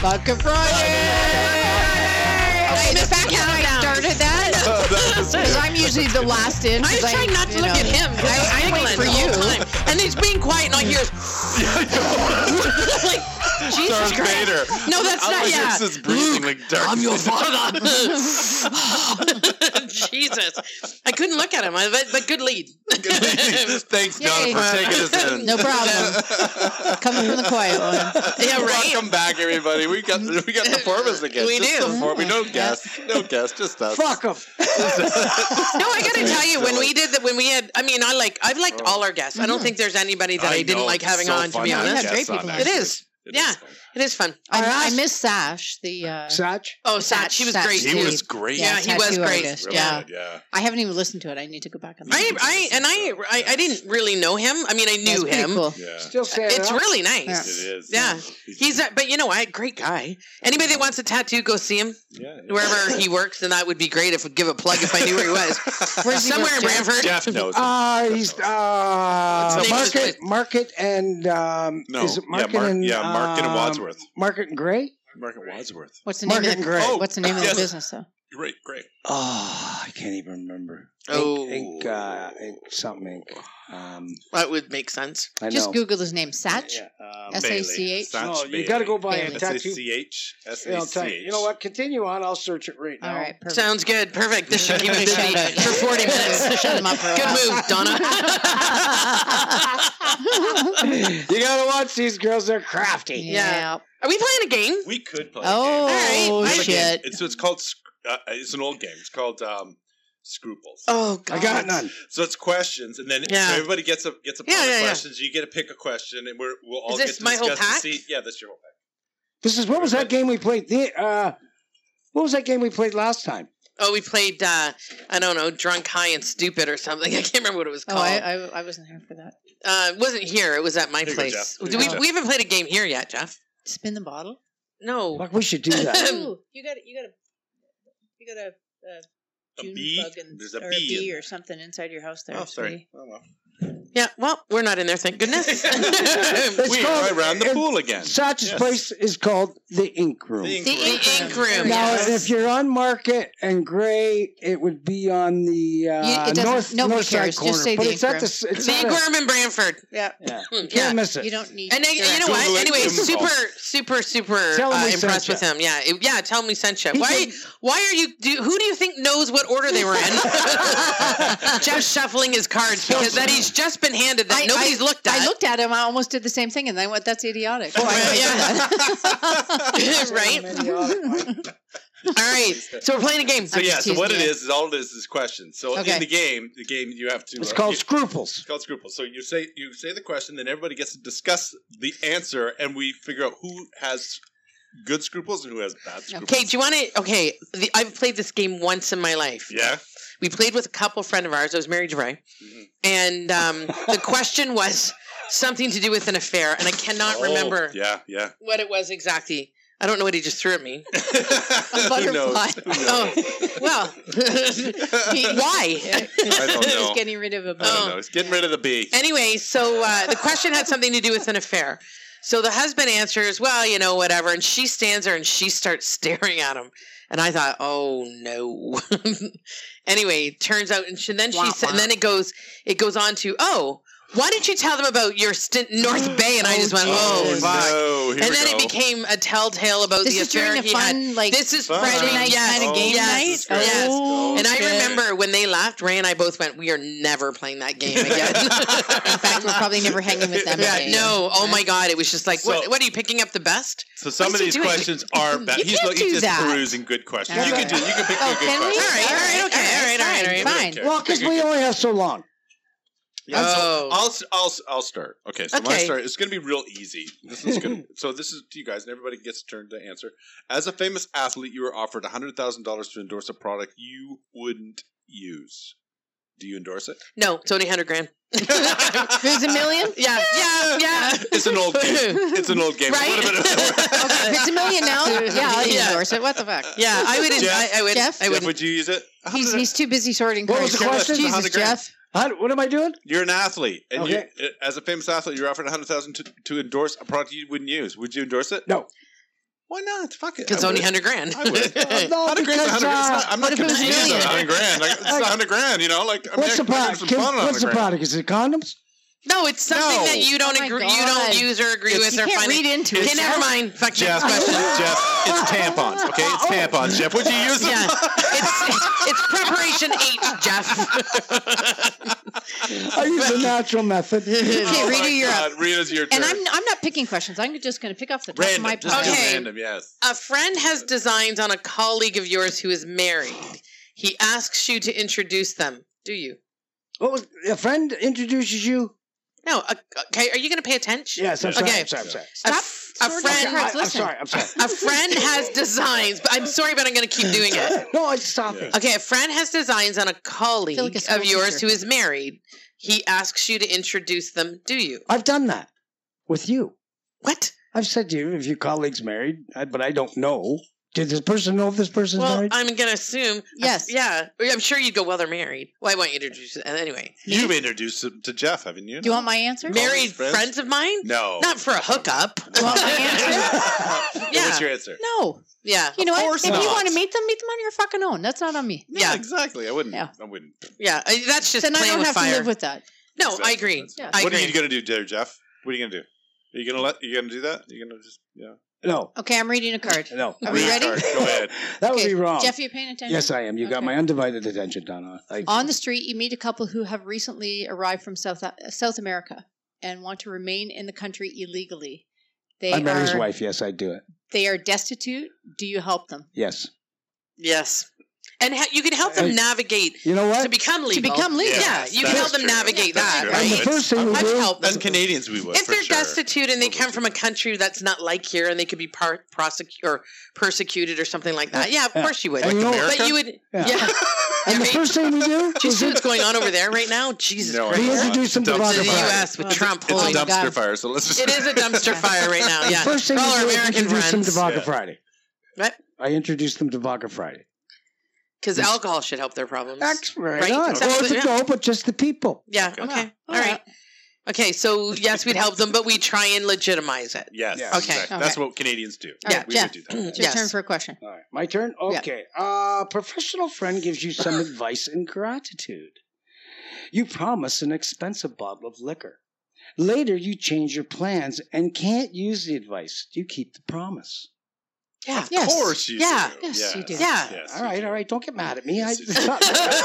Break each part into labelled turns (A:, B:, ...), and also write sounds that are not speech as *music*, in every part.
A: Vodka Friday! I
B: Okay, the
A: missed
B: fact
A: how I
B: that-
A: started *laughs* that. Because I'm usually the last in.
B: I'm
A: 'cause I,
B: trying not to
A: you
B: look
A: know,
B: at him. I, I
A: I'm
B: wait
A: giggling
B: for
A: the
B: you.
A: whole time.
B: And he's being quiet, and all you hear is *laughs* like Jesus
C: Darth
B: Christ.
C: Vader.
B: No, that's
C: I'm
B: not
C: like,
B: yeah.
C: This is breathing like Darth
B: I'm your father. *laughs* Jesus, I couldn't look at him. I- But, but good lead.
C: *laughs*
B: *laughs*
C: Thanks,
A: Yay.
C: Don, for taking us in.
A: No problem.
C: *laughs*
A: Coming from the quiet
B: *laughs*
A: one.
B: yeah, right.
C: Welcome back, everybody. We got we got the four of us again.
B: We
C: just
B: do. Mm-hmm.
C: The four. We no guests. No guests. Just us.
A: Fuck him.
B: No, I gotta tell you, when
C: Silly.
B: we did that, when we had, I mean, I like, I've liked all our guests. I don't think there's anybody that I, didn't
C: know,
B: like
C: it's
B: having
C: so
B: on. To
C: fun
B: be
C: having
A: Yeah,
B: honest,
A: great
C: guests on,
A: people.
B: it
C: actually.
B: is. Yeah,
C: fun.
B: It is fun.
A: I,
B: I
A: I
B: asked-
A: miss Sash. The uh,
D: Satch?
B: Oh, Sat, she was
A: Sat-
B: great.
C: He
B: too.
C: was great.
B: Yeah, he was
A: tattoo
B: great.
A: artist,
C: Really
A: yeah,
C: good, yeah.
A: I haven't even listened to it. I need to go back and.
B: I,
A: listen to it.
B: I and I, I, I didn't really know him. I mean, I
A: Yeah, it's
B: knew
A: pretty
B: him.
A: cool.
C: Yeah.
D: Still standing
B: It's
D: up?
B: really nice.
C: It is.
B: Yeah. He's a, but you know, I great guy. Anybody that wants a tattoo, go see him
C: yeah. *laughs*
B: wherever he works, and that would be great if we give a plug if I knew where he was.
A: Where's he
B: Somewhere in
A: work, Jeff?
B: Brantford.
C: *laughs* Jeff knows. him.
D: Uh, he's uh,
C: It's
B: Nature's
D: market, market, and um,
C: no.
D: is it market
C: yeah, Mark,
D: and
C: yeah, Mark and
D: um,
C: Wadsworth.
D: Market and Gray.
C: Mark and Wadsworth.
A: What's the name
D: Market and
A: of the,
D: Gray.
C: Oh,
A: What's the name of
C: yes.
A: the business though?
C: Great, great.
D: Oh, I can't even remember.
B: Oh.
D: Ink, ink, uh, ink something. Ink. Um,
B: That would make sense.
D: I
A: Just
D: know.
A: Google his name, Satch.
D: Yeah,
A: S
D: um,
A: A C H.
C: Bailey.
D: no,
C: Satch
D: you got to
C: Bailey.
D: go buy a
A: Bailey.
C: S A
D: tattoo.
C: C H. S
D: Yeah,
C: A
D: I'll
C: C
D: tell you.
C: H.
D: You know what? Continue on. I'll search it right now.
A: All right, perfect.
B: Sounds good. Perfect. This should keep
A: *laughs*
B: it a beat for 40 minutes.
A: Shut him up. For a
B: Good
A: while.
B: move, Donna.
D: *laughs*
B: *laughs*
D: you got to watch these girls. They're crafty.
A: *laughs* Yeah.
B: Are we playing a game?
C: We could play.
A: Oh,
C: a game.
B: All right,
C: It's
B: I-
C: a game.
A: shit.
C: It's it's called. sc- Uh, it's an old game. It's called um, Scruples.
B: Oh God.
D: I got none.
C: So it's questions, and then
B: Yeah.
C: so everybody gets a gets a
B: Yeah,
C: pile
B: yeah,
C: of
B: yeah.
C: questions. You get to pick a question, and we're, we'll all
B: Is this
C: get to
B: my whole
C: discuss
B: pack?
C: and see. Yeah, that's your whole pack.
D: This is what was that game we played? The uh, what was that game we played last time?
B: Oh, we played. Uh, I don't know, drunk, high, and stupid, or something. *laughs* I can't remember what it was
A: Oh,
B: called.
A: I, I, I wasn't here for that.
B: uh, it wasn't here. It was at my
C: Here you go,
B: place.
C: Jeff.
B: Do
C: Here
B: we?
C: you go,
B: We haven't played a game here yet, Jeff.
A: Spin the bottle.
B: No.
D: Fuck, we should
A: *laughs*
D: do that.
A: Ooh, you got you got a you got a
C: A
A: June
C: bee.
A: bug and,
C: There's a
A: or
C: bee.
A: a bee
C: in-
A: or something inside your house there.
C: Oh, sorry.
A: sweetie.
C: Oh, well.
B: Yeah. Well, we're not in there. Thank goodness. *laughs*
C: It's
B: the
C: we
D: called-
C: are around the
D: it-
C: pool again.
D: Satch's
C: Yes.
D: place is called the Ink Room.
C: The ink
A: The
C: room.
A: ink-
B: ink room.
D: now,
B: yes.
D: if you're on Market and Gray, it would be on the
A: You-
D: uh,
A: it doesn't-
D: north
A: nobody cares.
D: north side
A: Just
D: corner.
A: say
D: but
A: the
D: it's
A: ink
D: at the s- it's not a-
B: Ingram and Branford.
A: Yeah.
D: Yeah,
B: Mm,
D: can't
B: Yeah.
D: miss it.
A: You don't need.
B: And I,
A: your-
B: you know what?
C: Google it,
B: Anyway,
C: give him a
B: super,
C: call.
B: super, super
D: Tell him
B: uh,
D: we sent
B: impressed
D: ya.
B: with him. Yeah, it- yeah. Tell him we sent you.
D: He
B: Why?
D: can-
B: Why are you? Do, who do you think knows what order they were in? Jeff shuffling his cards because that he's just been handed that
A: I-
B: nobody's looked at.
A: I looked at him. I almost did the same thing, and then went, "That's idiotic." Why would I do
B: Oh, *laughs* yeah.
A: that?
D: *laughs*
B: *laughs* right.
A: *laughs*
B: All right. So we're playing a game.
C: So
A: I'm
C: yeah,
A: just
C: so what it
A: teasing you.
C: is is all it is is questions. So
A: Okay.
C: in the game, the game you have to.
D: It's
C: uh,
D: called
C: you-
D: Scruples.
C: It's called Scruples. So you say you say the question, then everybody gets to discuss the answer, and we figure out who has good scruples and who has bad scruples.
B: Okay. Do you want to? Okay. The, I've played this game once in my life.
C: Yeah.
B: we played with a couple friend of ours. I was married to Ray,
C: Mm-hmm.
B: and um, the question was something to do with an affair, and I cannot
C: Oh,
B: remember
C: Yeah, yeah.
A: *laughs*
B: what it was exactly. I don't know what he just threw at
C: *laughs*
B: me.
C: who knows?
A: Butterfly.
C: Who knows?
B: Oh, well, *laughs*
C: *laughs*
B: why?
C: I don't
A: He's
C: know.
A: getting rid of a
C: I
A: bug.
C: don't know. It's getting rid of the bee.
B: Anyway, so uh, the question had something to do with an affair. So the husband answers, "Well, you know, whatever," and she stands there and she starts *laughs* staring at him. And I thought, "Oh no." *laughs* anyway, turns out, and she, then she,
A: Wah,
B: sa- and
A: wah.
B: then it goes, it goes on to, "Oh, why didn't you tell them about your stint in North
A: *gasps*
B: Bay?" And I just went, "Oh,
C: Oh,
A: Jesus.
B: fuck."
C: no. Here
B: and
C: we
B: then
C: go.
B: it became a telltale about
A: This
B: the
A: is
B: affair
A: during a
B: he had.
A: fun like
B: This is
C: Fun.
B: Friday
A: Friday night
B: night yes.
A: kind of game
B: yes.
A: night.
B: Yes.
A: Oh,
B: And I
A: shit.
B: remember when they laughed, Ray and I both went, "We are never playing that game again."
A: *laughs* In *laughs* fact, we're probably never hanging with them.
B: Yeah,
A: again.
B: no. Oh my God! It was just like, what,
C: So-
B: what are you picking up the best?
C: So some
B: What
C: of
B: is
C: these
B: he doing?
C: questions are bad.
A: You
C: he's
A: can't
C: he's
A: do
C: just
A: that.
C: perusing good questions. You
A: Okay.
C: can do. You can pick
A: Oh,
C: a good
A: can we?
C: question.
B: All right, all right, okay, all right, all right, all right.
A: fine,
C: Okay.
A: fine.
D: Well, because we only have so long.
C: Yeah, so
B: Oh.
C: I'll, s- I'll s- I'll start. Okay, so my
B: Okay.
C: start is going to be real easy. This
A: *laughs*
C: is good. so this is to you guys, and everybody gets a turn to answer. As a famous athlete, you were offered hundred thousand dollars to endorse a product you wouldn't use. Do you
A: *laughs*
C: endorse it? *laughs*
B: No, it's only hundred grand.
A: There's a
B: *laughs*
A: million.
B: Yeah, yeah, yeah.
A: *laughs*
C: It's an old game. It's an old game.
B: Right?
C: What about it?
A: If it's a million
C: *laughs*
D: *laughs*
A: now, yeah, I'll
B: Yeah.
A: endorse it. What the fuck?
B: Yeah, I would.
C: Jeff?
B: I, I would.
A: Jeff?
B: I
C: Jeff,
B: would.
C: would you use it?
A: *laughs* He's, he's too busy sorting
D: What
A: cards.
D: was the question?
A: Jesus,
C: 100 grand.
A: Jeff.
D: How, what am I doing?
C: You're an athlete, and
D: Okay.
C: you,
A: *laughs*
C: uh, as a famous athlete, you're offered hundred thousand to to endorse a product you wouldn't use. Would you endorse it?
D: No.
C: Why not? Fuck it.
B: Because it's
C: I
B: only 100
C: would.
B: grand.
C: I
A: *laughs*
C: would.
D: No,
C: hundred grand's a
D: because,
C: hundred.
D: uh,
C: It's not- I'm
A: what
C: not
A: if it was
C: competing with
A: million?
C: a hundred grand. Like, it's a hundred grand. You know, like I mean,
D: What's
C: I
D: the
C: can have
D: product?
C: some
D: Can-
C: fun on a
D: what's the
C: hundred grand.
D: product? Is it
C: *laughs*
D: condoms?
B: *laughs* no, it's something
C: No.
B: that you don't
A: Oh my
B: agree, you
A: God.
B: don't use or agree with
A: you
B: or
A: can't
B: find.
A: read into it.
B: Okay, never mind. Fuck *laughs*
C: Jeff,
B: next question.
C: Jeff, it's tampons. Okay, it's tampons. Jeff, would you use them?
B: Yeah. It's, it's preparation H, Jeff.
D: I use the
A: *laughs*
D: natural method.
A: Okay, Rita,
C: Oh my
A: you're up.
C: God, Rita's your turn.
A: And I'm I'm not picking questions. I'm just going to pick up the top of
C: random.
A: my
C: Just
B: Okay.
C: do
A: pile.
C: random. Yes.
B: A friend has designs on a colleague of yours who is married. He asks you to introduce them. Do you?
D: What was a friend introduces you?
B: No. uh, Okay. Are you going to pay attention?
D: Yes, I'm sorry.
B: Okay.
D: I'm sorry. I'm sorry.
B: A,
A: Stop
B: f- a
A: sorting
B: friend.
A: crap.
D: I,
A: Guys,
D: am
A: listen.
D: sorry. I'm sorry.
B: A friend has designs. But I'm sorry, but I'm going to keep doing it.
D: *laughs* no, I stop it.
B: Okay, a friend has designs on a colleague
A: like a school
B: of yours
A: teacher.
B: who is married. He asks you to introduce them. Do you?
D: I've done that with you.
B: What?
D: I've said to you, if your colleague's married, I, but I don't know. Did this person know if this person's
B: well,
D: married?
B: I'm gonna assume. uh,
A: Yes.
B: Yeah, I'm sure you'd go. Well, they're married. Well, I want you to introduce. And anyway,
C: You've introduced him to Jeff, haven't you?
A: Do you want my answer?
B: married
C: friends?
B: friends? of mine.
C: No. *laughs*
B: Not for a hookup.
A: want
D: *laughs*
A: my answer?
B: Yeah.
C: What's your answer?
A: No.
B: yeah,
A: You know what?
C: course
A: If you
C: not.
A: want to meet them, meet them on your fucking own. That's not on me.
C: No,
B: Yeah.
C: exactly. I wouldn't.
A: Yeah.
C: I wouldn't.
B: yeah. I- That's just
A: then I
B: playing
A: don't
B: with
A: have
B: fire.
A: to live with that.
B: no,
C: Exactly.
B: I agree.
C: That's-
A: Yeah.
B: I
C: what
B: agree.
C: are you gonna do, there, Jeff? What are you gonna do? Are you gonna let? you gonna do that? you gonna just yeah.
D: no,
A: Okay, I'm reading a card.
D: no.
A: Are we
C: Read
A: ready?
C: card. Go ahead.
D: *laughs* That would
A: Okay,
D: be wrong.
A: Jeff, are you paying attention?
D: yes, I am. You got
A: Okay.
D: my undivided attention, Donna. Thank you.
A: On the street, you meet a couple who have recently arrived from South South America and want to remain in the country illegally. They
D: I marry his
A: are
D: wife. Yes, I do it.
A: they are destitute. Do you help them
D: Yes.
B: Yes, and ha- you can help them
D: Hey.
B: navigate
D: You know
B: to
D: what?
B: become
A: to
B: legal.
A: become legal?
B: Yeah, you can
C: that's
B: help them
C: true.
B: navigate
C: That's
B: that,
C: true.
D: And
B: right?
D: the first thing we
B: I'd
D: do,
B: help
C: As
B: them.
C: Canadians, we would.
B: if
C: for
B: they're
C: sure.
B: destitute and they
C: Well,
B: come
C: we
B: from
C: do
B: a country that's not like here and they could be par- prosecuted or persecuted or something like that, yeah, of
D: Yeah.
B: course you would.
D: And you know-
B: but *laughs* you would,
D: Yeah.
B: yeah.
D: and the
B: right?
D: first thing we do
B: do *laughs* you
D: is
B: see
A: *laughs*
B: what's going on over there right now? Jesus
C: No, I
D: we
C: know.
B: Christ.
D: introduce them to
C: Dumps
B: To the
D: vodka.
C: It's a fire.
B: U.S. with Trump
C: It's
B: holding.
C: a dumpster
A: God.
C: fire, so let's just.
B: It is a dumpster fire right now,
A: *laughs*
B: yeah.
D: First thing
B: For
D: we
B: all our
D: do is
B: American
D: introduce them to
B: friends.
D: vodka
C: Yeah.
D: Friday.
B: What?
D: I introduced them to vodka Friday.
B: Because alcohol should help their problems.
D: That's right.
B: Right?
D: on.
B: Exactly,
D: Or to
B: yeah.
D: go, but just the people.
B: Yeah,
C: Okay.
B: okay.
A: All
B: All right. Okay, so yes, we'd help them, but we try and legitimize
C: *clears throat*
B: it.
C: *laughs* Yes.
D: Yeah.
C: Okay.
B: Okay.
C: That's
A: Okay.
C: what Canadians do.
A: All right,
C: We
A: Jeff.
C: would do that.
A: It's your
B: Yes.
A: turn for a question.
D: All right, my turn.
A: Yeah.
D: Okay. Uh, professional friend gives you some advice and gratitude. You promise an expensive bottle of liquor. Later, you change your plans and can't use the advice. You keep the promise.
B: Yeah.
A: Yes.
C: Of course you
B: Yeah.
C: do.
A: Yes, you do.
B: Yeah.
C: Yes,
D: all
C: you
D: right,
C: do.
D: all right. Don't get mad at me. I,
C: Yes, you *laughs*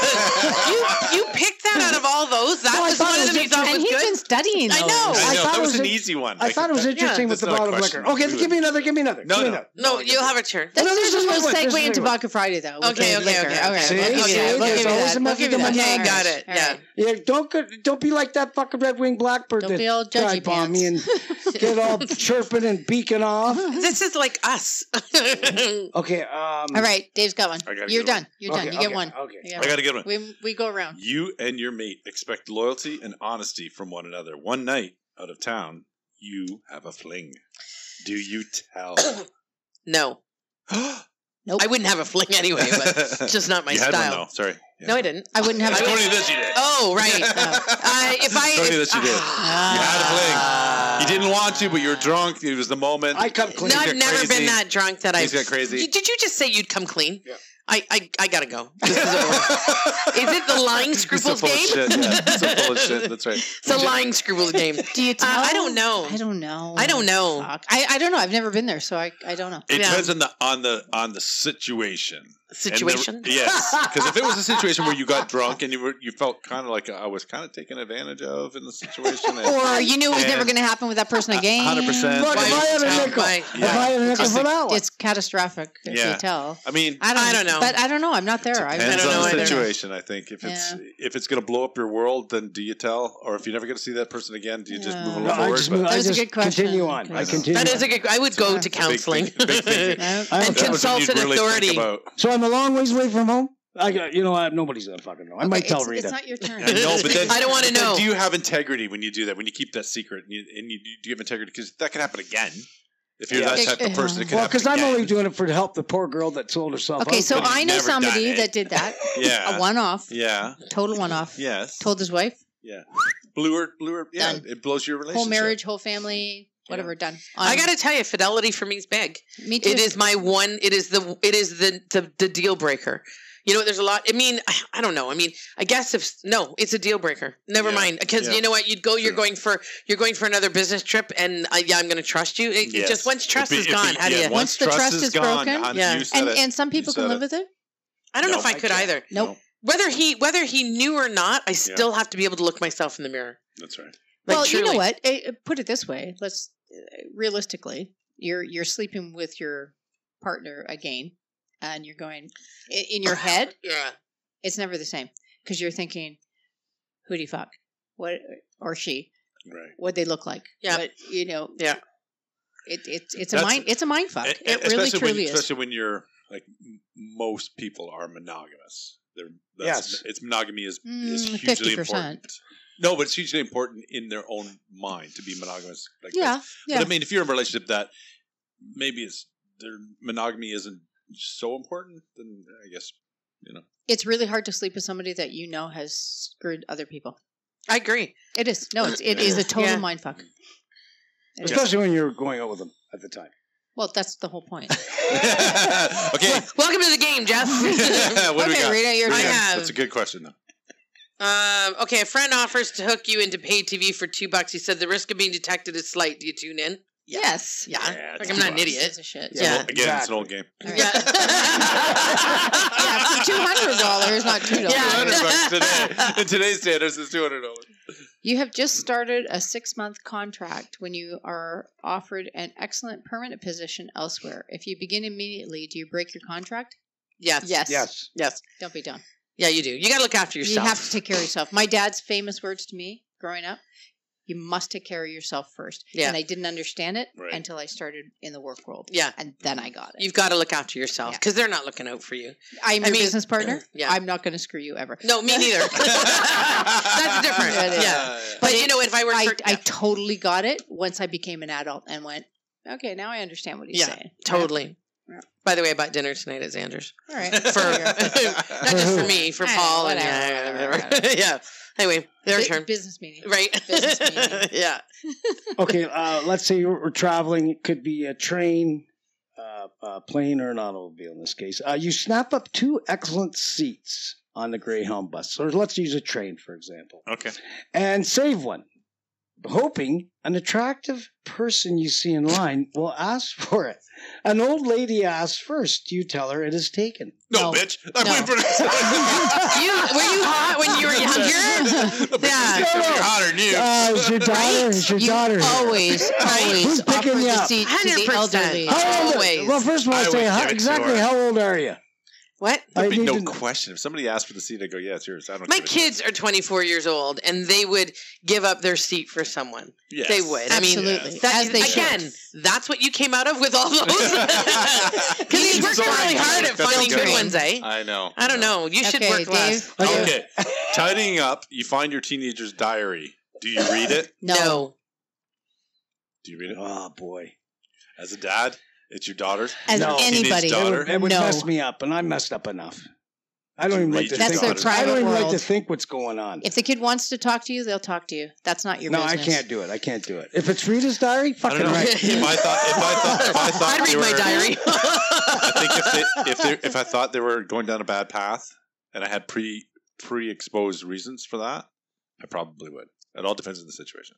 B: you, you picked that out of all those. That
D: No, I
B: was
D: thought
B: one
D: it
B: of them
D: was
B: you thought
A: and
B: was
A: he's
B: good.
A: been studying.
B: I
A: those.
B: know.
C: I
D: I
C: know.
D: thought
C: That
D: it
C: was
D: was
C: an
D: a-
C: easy one.
D: I
C: Like,
D: thought it was
C: that-
D: interesting
C: that's
D: with the
C: not a
D: bottle of
C: question.
D: liquor. Okay,
C: We
D: give me another. Give me another.
C: No,
D: give me
C: no.
D: another.
B: No, you'll have a turn.
A: This
D: No, this
A: is
D: is
A: a
D: one.
A: little
D: This
A: segue
D: is
A: into
D: one.
A: Vodka Friday, though. with
B: Okay,
A: the
B: okay,
A: liquor.
B: okay.
A: All right,
D: See?
A: we'll give
D: See?
A: you that. We'll
D: There's
A: give you
D: always
A: that.
D: a
A: We'll give you that.
D: method to my
A: All
B: Okay, got
A: right,
B: it.
A: all
B: Yeah.
A: right.
D: Yeah, don't go- don't be like that fucking red winged blackbird
A: Don't be
D: that
A: all judgy
D: died on me and
A: pants. *laughs*
D: get all chirping and beaking off.
B: This is like us. *laughs* okay.
D: Okay. Um,
A: All right, Dave's got one.
C: I gotta
A: You're
C: get one.
A: done. You're done.
D: okay,
A: You get
D: okay,
A: one.
D: Okay.
A: You get
C: I got a good one.
A: We we go around.
C: You and your mate expect loyalty and honesty from one another. One night out of town, you have a fling. Do you tell? *gasps*
B: No.
A: Nope.
B: I wouldn't have a fling anyway, but it's just not my
C: *laughs* you had
B: style.
C: one, though. Sorry.
B: No, I didn't.
A: I wouldn't have.
C: It's
A: it.
C: only this you did.
B: Oh,
C: *laughs*
B: right. Uh, if I
C: Don't do
B: if,
C: that, you did. You had a fling. You didn't want to, but you were drunk. It was the moment.
D: I come clean.
B: No,
C: Things
B: I've
C: got
B: never
C: crazy.
B: been that drunk that I.
C: Things got crazy.
B: Did you just say you'd come clean?
D: Yeah.
B: I, I I gotta go. This
C: *laughs*
B: is over. Is it the lying
C: You're so
B: scruples
C: full of
B: game?
C: shit. Yeah, you're so
B: *laughs*
C: full of shit. That's right.
B: It's a lying scruples game. Uh,
A: Do you tell?
B: I don't know.
A: I don't know.
B: I don't know.
A: Fuck. I, I don't know. I've never been there, so I, I don't know.
C: It
B: Yeah.
C: depends on the on the on the situation. And the-
B: Situation.
C: yes, because if it was a situation where you
B: *laughs*
C: got drunk and you were you felt kind of like I was kind of taken advantage of in the situation, and- *laughs*
A: Or you knew it was never
C: And-
A: going to happen with that person
C: Uh,
A: again.
C: 100%.
D: Look, if I had
B: Bye.
D: a nickel,
B: Bye.
D: if I had a nickel
C: Just
D: for that one,
A: It's catastrophic if
C: Yeah.
A: you tell.
C: I mean,
A: I don't,
B: I don't know.
A: But I don't know. I'm not there. I, I
C: depends
A: don't
B: don't
C: on
A: know.
C: the
B: either.
C: situation. I think if it's if it's going to blow up your world, then do you tell? Or if you're never going to see that person again, do you just move
A: No.
C: on
D: no, I
C: forward?
D: just,
C: But-
D: move- I
A: That was a
D: just
A: good question.
D: continue on. I
A: Okay.
D: continue.
B: That is a good. I would go to counseling.
C: Big thing- big thing.
A: No.
B: *laughs*
D: I
B: and
D: don't-
C: That was something you'd
B: Consult an
C: really think
B: authority.
C: about.
D: so I'm a long ways away from home. I got you know I, nobody's gonna fucking know. I might
A: Okay,
D: tell
A: it's,
D: Rita.
A: It's not your
C: *laughs*
A: turn.
C: I know, but
A: *laughs*
C: then
B: I
D: *laughs*
B: don't wanna
C: but then
B: know.
C: Do you have integrity when you do that? When you keep that secret, and you, and you do you have integrity because that can happen again. If you're
D: Yeah.
C: that type of person, it can
D: well,
C: happen
D: because I'm
C: again.
D: only doing it for to help the poor girl that sold herself.
A: Okay,
D: out.
A: so
C: But he's
A: I know
C: never done
A: somebody
C: it.
A: that did that.
C: *laughs* yeah,
A: A one off,
C: yeah,
A: total one off.
C: yes,
A: Told his wife,
C: yeah. Blew her, blew her. Yeah,
A: Done.
C: it blows your relationship.
A: whole marriage, whole family, whatever done.
B: I
A: on-
B: got to tell you, fidelity for me is big.
A: me too.
B: It is my one. It is the. It is the the, the deal breaker. You know, there's a lot. I mean, *sighs* I, I don't know. I mean, I guess if no, it's a deal breaker. Never
C: Yeah.
B: mind, because
C: Yeah.
B: you know what? You'd go. You're
C: True.
B: going for. You're going for another business trip, and I, yeah, I'm going to trust you. It, it
C: Yes.
B: just once trust
C: It'd
B: is
C: be-
B: gone,
C: it'd be-
B: how do
C: yeah,
B: you?
A: Once the trust is broken,
C: Hun,
B: yeah.
C: uh, you said
A: and
C: it.
A: and some people
C: said
A: can
C: it.
A: live with it.
B: I don't know
C: No,
B: if I
C: I
B: could
C: can't.
B: either.
A: Nope.
B: Whether he whether he knew or not, I still have to be able to look myself in the mirror.
C: That's right.
B: Like,
A: well, you know
B: truly.
A: what? Eh, eh, put it this way: let's eh, realistically, you're you're sleeping with your partner again, and you're going i- in
C: *laughs*
A: your head.
B: *laughs* Yeah.
A: It's never the same because you're thinking, who do you fuck? What uh, or she?
C: Right.
A: What they look like?
B: Yeah.
A: What, you know.
B: Yeah.
A: It, it, it's a
C: That's-
A: mind. It's a mind fuck.
C: And- and
A: it really
C: especially
A: truly
C: when,
A: is.
C: Especially when you're like m- most people are monogamous. They're that's,
D: Yes.
C: it's monogamy is is
A: Mm,
C: hugely
A: 50%.
C: important. No, but it's hugely important in their own mind to be monogamous. Like that.
A: Yeah. Yeah.
C: But I mean, if you're in a relationship that maybe it's their monogamy isn't so important, then I
A: *laughs*
C: guess *laughs* you know.
A: it's really hard to sleep with somebody that you know has screwed other people.
B: I agree.
A: It is. No, it's, it is a total
B: Yeah.
A: mind fuck. It is.
D: Especially when you're going out with them at the time.
A: Well, that's the whole point.
C: okay.
B: Welcome to the game, Jeff.
C: *laughs* what do we
A: okay,
C: got?
A: Rita, you're done.
B: I
C: What do we got?
B: have-
C: That's a good question, though.
B: Um, okay, a friend offers to hook you into pay TV for two bucks. He said the risk of being detected is slight. Do you tune in?
A: Yes.
B: Yeah.
C: Yeah,
B: like
C: two
B: I'm not an
C: bucks. *laughs*
B: idiot.
A: Pieces of shit.
B: Yeah.
C: Well, again, it's an old game.
A: All right.
B: Yeah. *laughs*
A: Yeah, for $200, not $2.
B: Yeah.
C: $200 bucks today. In today's standards, it's two hundred dollars.
A: You have just started a six month contract when you are offered an excellent permanent position elsewhere. If you begin immediately, do you break your contract?
B: Yes.
A: Yes.
D: Yes.
B: Yes.
A: Don't be dumb.
B: Yeah, you do. You gotta look after yourself.
A: You have to take care of yourself. My dad's famous words to me growing up you must take care of yourself first.
B: Yeah.
A: And I didn't understand it
C: Right.
A: until I started in the work world.
B: Yeah.
A: And then I got it.
B: You've got to look after yourself
A: Yeah.
B: because they're not looking out for you.
A: I'm
B: I
A: your
B: mean-
A: business partner.
B: Yeah.
A: I'm not going to screw you ever.
B: No, me neither.
A: *laughs*
B: That's different.
A: Yeah, it
B: Yeah.
A: is.
B: But you know, if I were,
A: I,
B: for,
A: I
B: yeah,
A: totally got it once I became an adult and went, okay, now I understand what he's
B: Yeah,
A: saying.
B: totally.
A: Yeah.
B: By the way, I bought dinner tonight at
A: *laughs*
B: Xander's.
A: All
B: *laughs*
A: right.
B: Not just for me, for
A: Eh,
B: Paul and
A: whatever,
B: yeah, yeah, whatever. *laughs* yeah. Anyway, their
A: Bu-
B: turn.
A: Business meeting.
B: Right.
A: business meeting.
B: *laughs* yeah.
D: Okay, uh, let's say we're, we're traveling. It could be a train, uh, a plane, or an automobile in this case. Uh, you snap up two excellent seats on the Greyhound bus, or let's use a train, for example,
C: *laughs* okay.
D: and save one, hoping an attractive person you see in line will ask for it. An old lady asks first. You tell her it
C: *laughs*
D: is taken. Uh,
C: No,
A: No.
C: bitch. I'm
A: No.
C: waiting for the.
B: You were you hot when *laughs*
A: *laughs*
B: you were *laughs* younger?
C: the
B: Yeah.
C: yeah. You're hotter than you.
D: Uh, it's your daughter.
A: Right?
D: It's your
A: You
D: daughter.
B: *laughs*
A: always,
B: Right?
A: always
D: Who's
A: offer
D: picking you
A: the
D: up?
A: seat to the
B: 100%.
A: elderly.
D: How old-
B: Always.
D: Well, first of all,
C: I
D: I
C: would
D: say
C: give
D: how,
C: it to
D: exactly
C: her.
D: how old are you?
B: What?
D: I
C: There'd be
D: need
C: no
D: to-
C: question. If somebody asked for the seat, I go, yeah, it's yours. I don't.
B: My
C: give a shit.
B: kids are 24 years old, and they would give up their seat for someone.
C: Yes.
B: they would. I mean,
A: Absolutely.
C: *laughs* yes.
B: That-
A: As they
B: again,
A: should.
B: that's what you came out of
A: *laughs*
B: with all those. Because he's working
C: Sorry.
B: really hard at
C: That's
B: finding
C: okay.
B: good ones, eh?
C: I know.
B: I don't know. You should
A: Okay,
B: work
A: Dave.
B: less.
D: Okay.
C: Okay. Tidying up. You find your teenager's diary. Do you read it?
A: No.
C: Do you read it?
D: *laughs* Oh boy.
C: As a dad, it's your daughter's.
A: As
D: No.
A: anybody.
C: Teenage daughter. Daughter?
D: It would
A: No.
D: mess me up, and I messed up enough. I don't even like to
C: That's
D: think.
C: their
D: what's- I don't
A: private
D: even like to
A: world.
D: think what's going on.
A: If the kid wants to talk to you, they'll talk to you. That's not your
D: no,
A: business.
D: I can't do it. I can't do it. If it's Rita's diary, fucking
B: *laughs*
C: know.
D: right.
C: If I thought, if I thought, if I thought,
B: I'd
C: they
B: read my
A: *laughs*
C: were-
B: diary.
C: I think if they, if they, if I thought they were going down a bad path, and I had pre pre exposed reasons for that, I probably would. It all depends on the situation.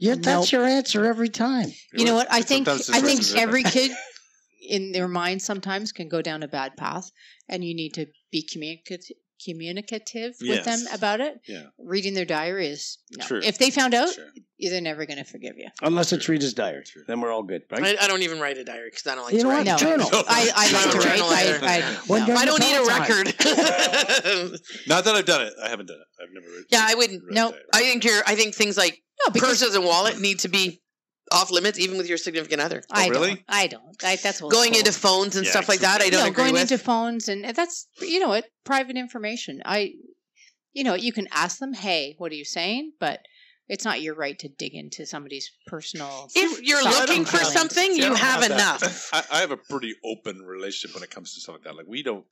D: Yeah, that's your answer every time.
A: You know what? I
C: It's
A: think
C: sometimes
A: I think
C: situations are
A: every
C: different.
A: kid in their mind sometimes can go down a bad path, and you need to be communicative communicative with them
C: Yes.
A: about it.
C: Yeah.
A: Reading their diary is no.
C: True.
A: If they found out,
C: Sure.
A: they're never going to forgive you.
D: Unless it's
C: True.
D: Rita's diary,
C: True.
D: then we're all good, right?
B: I, I don't even write a diary because I don't like
D: you
B: to
D: know
B: write.
D: what?
A: No.
D: Journal.
A: I, I
B: Not
A: like
B: a
A: to write.
B: journal either.
C: *laughs*
A: I, I,
D: When
A: no.
D: you're-
B: I don't need a
D: Valentine.
B: record. *laughs*
C: Not that I've done it. I haven't done it. I've never. Read,
B: yeah, I wouldn't.
C: read
A: Nope.
C: it.
B: I think you're. I think things like
A: No, because
B: purses and wallet need to be off limits, even with your significant other.
A: I
C: Oh, really?
A: don't. I don't. I, that's old
B: Going
A: school.
B: into phones and
C: Yeah,
B: stuff like that, I
C: exactly.
B: don't
A: no,
B: agree
A: going
B: with.
A: into phones and and that's you know what private information. I, you know, you can ask them, hey, what are you saying? But it's not your right to dig into somebody's personal.
B: if you're
A: So I
B: looking
A: don't
B: for
A: have-
B: something,
C: See, I
B: you
C: don't
B: have
C: that.
B: enough.
C: *laughs* I, I have a pretty open relationship when it comes to stuff like that. Like we don't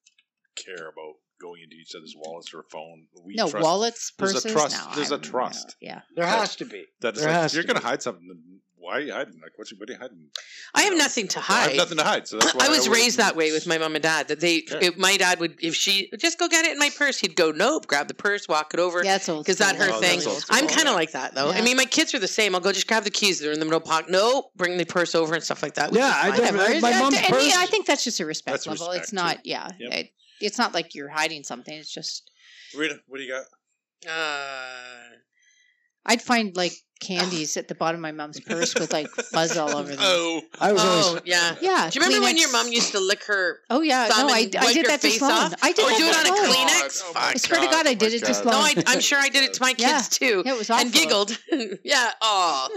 C: care about going into each other's wallets or phone. We
A: no
C: trust
A: wallets,
C: There's a
A: purses.
C: trust.
A: no,
C: There's a
A: I'm-
C: trust.
A: Yeah.
D: There has to be.
C: that. It's
D: There
C: like,
D: has
C: you're
D: to
C: going
D: be.
C: to hide something. then Why why are you hiding? Like, what's your buddy hiding?
B: I have
C: No.
B: nothing to
C: *laughs* I
B: hide.
C: have nothing to hide. So that's why
B: I was
C: wouldn't-
B: raised that way with my mom and dad. That they,
C: Sure.
B: if my dad would, if she just go get it in my purse, he'd go, nope, grab the purse, walk it over.
A: Yeah, that's old.
B: Is that
A: school.
B: her
C: Oh,
A: That's
B: thing?
A: really old
B: I'm
A: school.
B: kind of like that though. I
A: Yeah.
B: mean, my kids are the same. I'll go just grab the keys; they're in the middle pocket. Nope, bring the purse over and stuff like that. which
D: Yeah,
B: is
D: I
B: fine.
D: don't-
A: Whatever.
D: my
A: That's-
B: *laughs*
D: mom's
A: and yeah, I
D: purse-
A: think that's just a respect
C: That's
A: level.
C: respect,
A: it's not. Yeah,
C: Yep.
A: it, it's not like you're hiding something. It's just
C: Rita, what do you got?
B: Uh,
A: I'd find like candies at the bottom of my mom's purse with
C: *laughs*
A: like fuzz all over them.
C: Oh,
D: I was always,
B: oh yeah.
A: Yeah.
B: Do you remember when your
A: Kleenex.
B: mom used to lick her?
A: Oh yeah,
B: thumb
A: no, I,
B: and
A: I
B: wipe
A: did
B: your
A: that
B: face
A: to Sloan.
B: off?
A: I did
B: Oh,
A: that
B: do
A: to
B: it on a
A: Sloan.
B: Kleenex?
C: Oh,
B: I
C: my
A: swear to God, I
C: my
A: did it just
B: No,
C: *laughs*
A: long.
B: I, I'm sure I did it to my
A: *laughs* Yeah.
B: kids too.
A: Yeah, it was awful.
B: and giggled. *laughs* yeah.
A: *laughs*
B: Aw.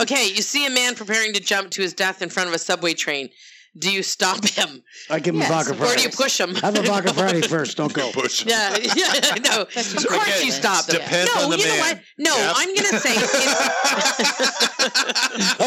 B: okay, you see a man preparing to jump to his death in front of a subway train. Do you stop him?
D: I give him
A: Yes,
D: a vodka
A: of
B: Or do
D: party.
B: you push him?
D: Have
B: *laughs*
D: a vodka party first. Don't go.
C: Bush.
B: yeah, *laughs* yeah, no.
A: *laughs*
B: Of
A: That's
B: course
A: just
B: you
A: ridiculous.
B: stop them.
C: Depends
B: no,
C: on the
B: you know
C: man.
B: what? No,
C: Jeff.
B: I'm gonna say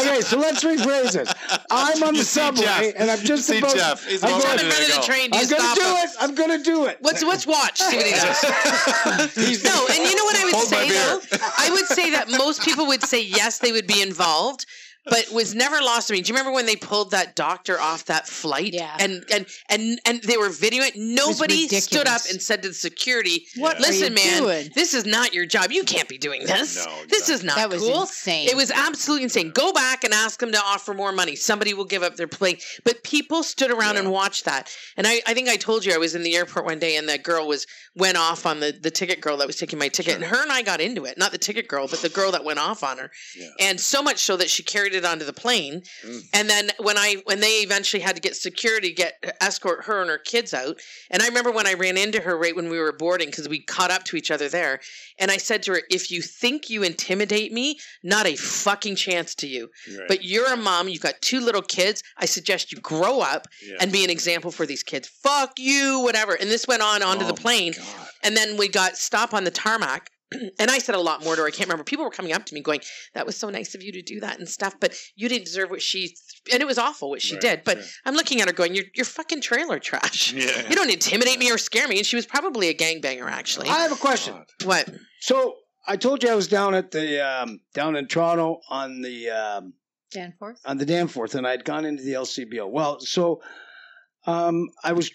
A: *laughs*
D: Okay, so let's rephrase this. I'm on
C: You
D: the
C: see
D: subway,
C: Jeff.
D: and I'm just
C: See
D: about.
C: Jeff. He's
D: I'm
C: walking
D: going-
B: I'm in
C: to
B: front of the
C: go. *laughs*
B: train. Do you
D: I'm gonna
B: stop
D: do
B: him?
D: it. I'm gonna do it.
B: What's what's watch? See what he does. no, and you know what I would
C: Hold my
B: say
C: beer.
B: though? I would say that most people would say yes, they would be involved, but was never lost to me. Do you remember when they pulled that doctor off that flight?
A: Yeah.
B: And and and and they were videoing. Nobody stood up
A: ridiculous.
B: and said to the security,
A: What are
C: Yeah.
A: you
B: "Listen, man,
A: doing?
B: this is not your job. You can't be doing this.
C: No,
B: This is not
A: that was
B: cool."
A: insane.
B: It was absolutely insane. Go back and ask them to offer more money. Somebody will give up their plane. But people stood around
C: Yeah.
B: and watched that. And I, I think I told you I was in the airport one day and that girl was went off on the, the ticket girl that was taking my ticket.
C: Sure.
B: And her and I got into it. Not the ticket girl, but the girl that went off on her.
C: Yeah.
B: And so much so that she carried it onto the plane.
C: Mm.
B: And then when I when they eventually had to get security, get escort her and her kids out. And I remember when I ran into her right when we were boarding, because we caught up to each other there. And I said to her, if you think you intimidate me, not a fucking chance to you.
C: Right.
B: But you're a mom, you've got two little kids. I suggest you grow up
C: Yeah.
B: and be an example for these kids. Fuck you, whatever. And this went on onto
C: Oh
B: the
C: my
B: plane.
C: God.
B: And then we got stop on the tarmac. *clears throat* And I said a lot more to her. I can't remember. People were coming up to me going, That was so nice of you to do that and stuff, but you didn't deserve what she and it was awful what she
C: Right,
B: did. But
C: sure.
B: I'm looking at her going, You're you're fucking trailer trash. *laughs*
C: Yeah.
B: You don't intimidate me or scare me. And she was probably a gangbanger actually.
D: I have a question.
C: God.
B: what?
D: So I told you I was down at the um, down in Toronto on the um,
A: Danforth.
D: on the Danforth, and I'd gone into the LCBO. Well, so um, I was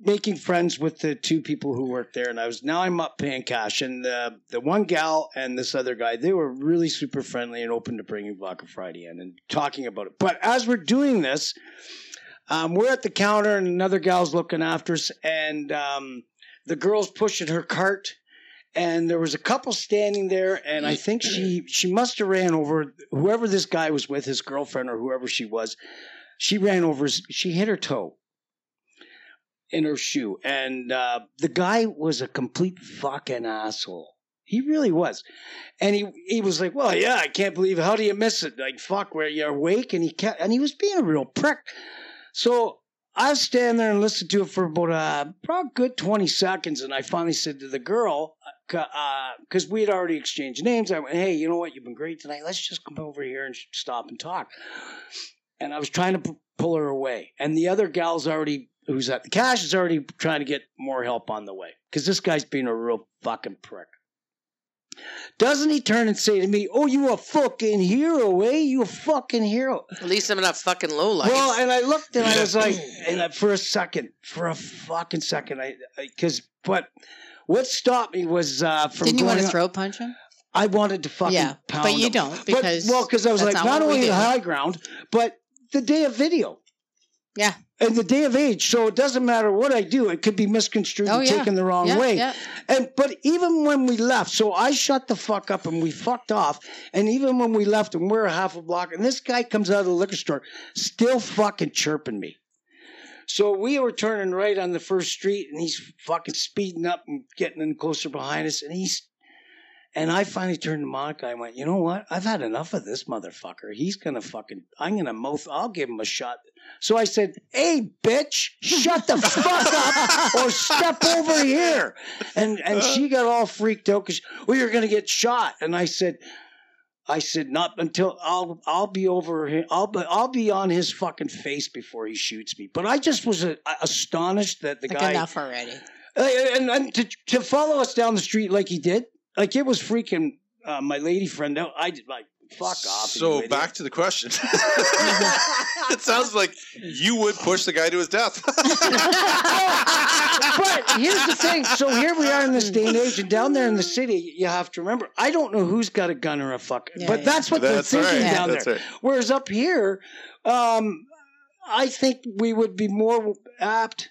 D: making friends with the two people who worked there, and I was now I'm up paying cash, and the the one gal and this other guy, they were really super friendly and open to bringing Vodka Friday in and talking about it. But as we're doing this, um, we're at the counter, and another gal's looking after us, and um, the girl's pushing her cart. And there was a couple standing there, and I think she she must have ran over whoever this guy was with, his girlfriend or whoever she was. She ran over. his- She hit her toe in her shoe, and uh, the guy was a complete fucking asshole. He really was, and he he was like, "Well, yeah, I can't believe. How do you miss it? Like, fuck, were you awake?" And he kept, and he was being a real prick. So I was standing there and listened to it for about uh, probably a good twenty seconds, and I finally said to the girl, because uh, we had already exchanged names. I went, "Hey, you know what? You've been great tonight. Let's just come over here and sh- stop and talk." And I was trying to p- pull her away, and the other gal's already who's at the cash is already trying to get more help on the way because this guy's being a real fucking prick. Doesn't he turn and say to me, "Oh, you a fucking hero, eh? You a fucking hero."
B: At least I'm not fucking low life.
D: Well, and I looked and I was
C: Yeah.
A: *laughs*
D: like, and I, for a second, for a fucking second, I because but what stopped me was uh, from
A: Didn't you want
D: going
A: to
D: on-
A: throw punch him?
D: I wanted to fucking
A: Yeah,
D: pound
A: but you
D: him.
A: don't
D: But-
A: because
D: well, because I was
A: that's
D: like,
A: what
D: not
A: we
D: only
A: do.
D: the high ground, but the day of video.
A: Yeah.
D: And the day of age, so it doesn't matter what I do; it could be misconstrued
A: Oh,
D: and
A: yeah.
D: taken the wrong
A: yeah,
D: way.
A: yeah.
D: And but even when we left, so I shut the fuck up and we fucked off. And even when we left, and we're a half a block, and this guy comes out of the liquor store, still fucking chirping me. So we were turning right on the first street, and he's fucking speeding up and getting in closer behind us, and he's. And I finally turned to Monica. I went, you know what? I've had enough of this motherfucker. He's gonna fucking. I'm gonna mouth. I'll give him a shot. So I said, "Hey, bitch, shut the fuck up or step over here." and and
C: Uh.
D: she got all freaked out because we were going to get shot. And I said, I said not until I'll I'll be over him. I'll be I'll be on his fucking face before he shoots me. But I just was uh astonished that the
A: Like
D: guy
A: enough already.
D: Uh, and, and to to follow us down the street like he did, like it was freaking uh, my lady friend out. I did like Fuck off. you
C: So
D: idiot.
C: back to the *laughs* question. it sounds like you would push the guy to
A: *laughs*
C: his death.
D: but here's the thing. So here we are in this day and age, and down there in the city, you have to remember. I don't know who's got a gun or a fuck,
B: Yeah,
D: but
B: yeah.
D: that's what
C: That's
D: they're
C: right.
D: thinking down
C: That's
D: there.
C: right.
D: Whereas up here, um, I think we would be more apt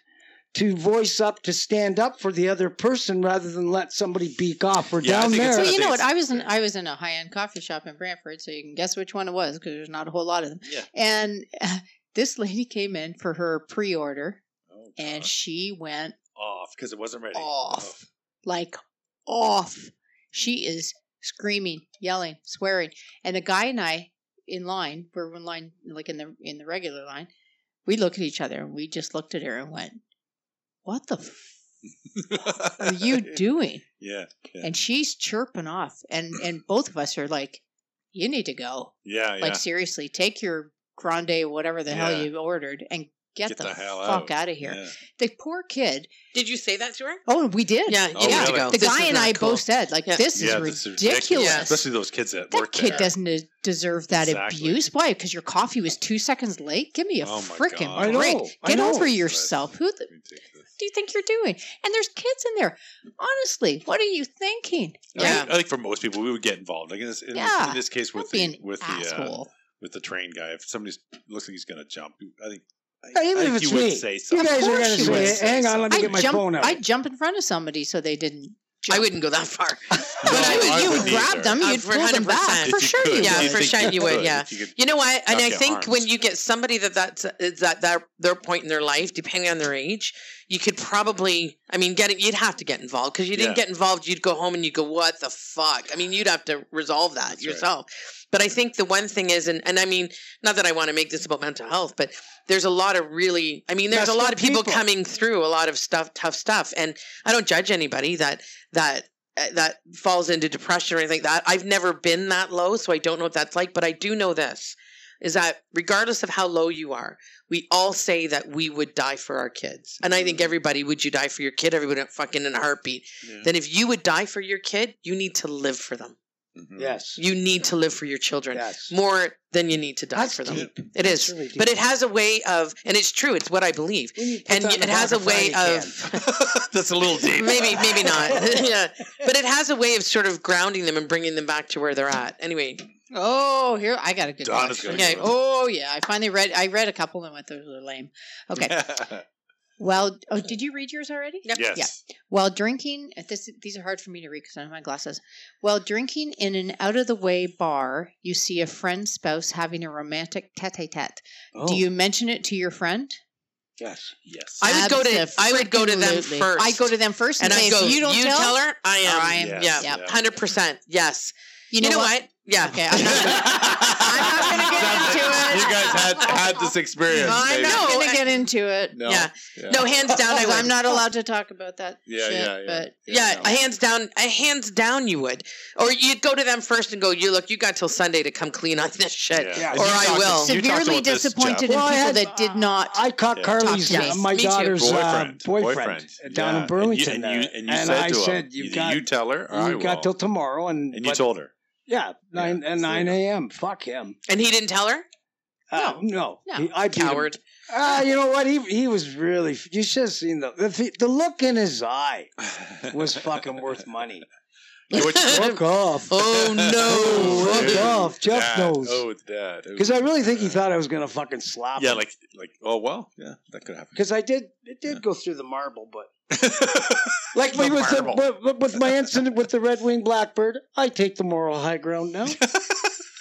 D: to voice up to stand up for the other person rather than let somebody beak off. We're
C: Yeah, I
D: down
C: think it's
D: there.
C: a-
A: Well, you know what?
C: Thanks.
A: I was in I was in a high end coffee shop in Brantford, so you can guess which one it was because there's not a whole lot of them.
C: Yeah.
A: And *laughs* uh, this lady came in for her pre order,
C: Oh,
A: and Oh.
C: God.
A: she went
C: off because it wasn't ready. *laughs*
A: off, like off. She is screaming, yelling, swearing, and the guy and I in line, we're in line, like in the in the regular line. We look at each other and we just looked at her and went, "What the f- are
C: *laughs*
A: you doing?"
C: Yeah,
A: and she's chirping off and and both of us are like you need to go
C: yeah, yeah.
A: like seriously take your grande whatever the
C: Yeah.
A: hell you ordered and get, the,
C: hell
A: fuck out of here
C: Yeah.
A: the poor kid
B: Did you say that to her?
A: oh we did
B: Yeah, you
C: Oh,
B: need
A: yeah
B: to go.
A: the
B: This
A: guy
B: is
A: and
B: not
A: i
B: cool.
A: both said like
B: Yeah.
A: this is
C: Yeah, this is ridiculous.
A: ridiculous
B: Yes.
C: Especially those kids that,
A: that
C: work
A: kid
C: there.
A: doesn't uh, deserve that
C: Exactly.
A: abuse why because your coffee was two seconds late give me a
C: Oh my
A: freaking
C: God. I
A: break
D: know, I
A: get
D: know.
A: over yourself who the
C: Ridiculous.
A: do you think you're doing and there's kids in there honestly what are you thinking
C: I think-
B: Yeah.
C: I, think for most people we would get involved. Like in this, in, this,
A: Yeah.
C: in this case
A: Don't
C: with
A: be
C: the
A: an
C: with the uh,
A: asshole
C: with the train guy, if somebody looks like he's gonna jump, I think I,
D: Even
C: I
D: if
C: think
D: it's
C: you would
D: me.
C: say
D: You
C: something.
D: guys are
A: course
D: gonna
A: you
D: say,
A: would
D: "Hang on, let me
A: I
D: get my
A: jump,
D: phone out."
A: I jump in front of somebody so they didn't.
B: I wouldn't go that far.
C: No,
B: but I would,
C: I
B: you
A: you
C: wouldn't
A: grab
C: either.
A: them,
B: Uh,
A: you'd
B: for
A: pull them
B: 100%.
A: back. For
C: If you
A: sure
C: could,
A: you
B: Yeah,
C: if
A: would.
B: for
C: think
B: sure you would, yeah.
C: if you could-
B: You know what? And
C: Not
B: I
C: get
B: think
C: harmed.
B: when you get somebody that that's is that that their point in their life, depending on their age, you could probably. I mean, get it. You'd have to get involved because you didn't
C: Yeah.
B: get involved. You'd go home and you'd go, "What the fuck?" I mean, you'd have to resolve that
C: That's right.
B: yourself. But I think the one thing is, and, and I mean, not that I want to make this about mental health, but there's a lot of really, I mean, there's
D: Messed
B: a lot
D: up
B: of people,
D: people.
B: coming through a lot of stuff, tough stuff, and I don't judge anybody that that uh, that falls into depression or anything like that. I've never been that low, so I don't know what that's like. But I do know this is that regardless of how low you are, we all say that we would die for our kids. And I think
D: Mm.
C: Mhm.
B: everybody, would you die for your kid? Everybody fucking in a heartbeat.
C: Yeah.
B: Then if you would die for your kid, you need to live for them.
C: Mhm.
D: yes,
B: You need to live for your children
D: yes.
B: more than you need to die
D: That's
B: for them.
D: deep.
B: It is.
D: Really deep.
B: But it has a way of, and it's true, it's what I believe.
D: We need to put
B: And
D: that in
B: it
D: the
B: has a
D: Black
B: way
D: Friday
B: of,
D: can.
C: *laughs* That's a little deep.
B: maybe, *laughs* maybe not. yeah. But it has a way of sort of grounding them and bringing them back to where they're at. Anyway,
A: Oh, here I got a good one.
C: Donna's gonna
B: Yeah.
C: go.
A: Oh yeah, I finally read. I read a couple and went, "Those are lame." Okay. well, oh, did you read yours already?
C: yes.
A: While drinking, uh, this these are hard for me to read because I don't have my glasses. While drinking in an out of the way bar, you see a friend's spouse having a romantic tete-a-tete.
D: Oh,
A: Do you mention it to your friend?
D: Yes.
C: Yes. *laughs*
B: I would go to- I would go to them
A: Abso-freaking-lutely.
B: first.
A: I go to them first,
B: and
A: and,
B: I
A: say,
B: go,
A: "If
B: you
A: you don't
B: tell, her, I am.
A: or I am-
B: Yeah,
A: yeah.
B: hundred percent. Yes. You know, what? Yeah.
A: Okay, I'm not
B: *laughs*
A: gonna-
B: I'm
A: not gonna get
C: Sounds
A: into
C: like
A: it.
C: You guys had had this experience.
B: I
C: baby.
B: know.
A: I'm
B: I-
A: gonna get into it.
C: No.
B: Yeah. No, hands down, I
A: Because
B: would.
A: I'm not allowed to talk about that.
C: Yeah,
A: shit,
C: yeah, yeah.
A: But
B: Yeah,
C: no.
B: a hands down, a hands down, you would, or you'd go to them first and go, "You look, you got till Sunday to come clean on this shit."
D: Yeah.
C: And
B: Or
C: you
B: I
C: talked-
B: will.
C: you talked
A: severely
C: about this, Jeff.
A: disappointed
D: Well, I
A: in people
D: had-
A: that did not.
D: I caught
C: Yeah.
D: Carly's,
A: Talk to
D: uh,
A: me.
D: my
B: Me too.
D: daughter's
C: boyfriend,
D: Uh, boyfriend,
C: boyfriend.
D: down
C: Yeah.
D: in
C: And
D: Burlington.
C: you, and you, and you
D: and
C: said
D: I
C: to her,
D: said, "You've
C: either
D: got,
C: you tell her, or I
D: you got
C: will."
D: till tomorrow." And,
C: and you
D: but-
C: told her.
D: yeah, nine and
C: so there you
D: nine
C: go.
D: a.m. Fuck him.
B: And he didn't tell her.
D: Uh, no,
A: No.
D: He- I beat him.
B: Coward.
D: Ah, you know what? He he was really. You should have seen the the, the look in his eye *laughs*
C: *laughs*
D: was fucking worth money.
C: You know what you-
D: Fuck off.
B: *laughs* Oh
C: *laughs*
D: *laughs* Oh,
B: no. *laughs*
D: fuck
C: Dude,
D: off. Jeff
C: dad.
D: knows.
C: Oh, it's dad. Oh,
D: Because I really think he
C: dad.
D: thought I was gonna fucking slap
C: Yeah,
D: him.
C: like, like, oh well, yeah, that could
A: *laughs*
C: happen.
D: because I did it did go through the marble, but like
C: The
D: with, with, the,
C: marble.
D: with, with my incident with the Red Wing Blackbird, I take the moral high ground
C: *laughs*
D: now.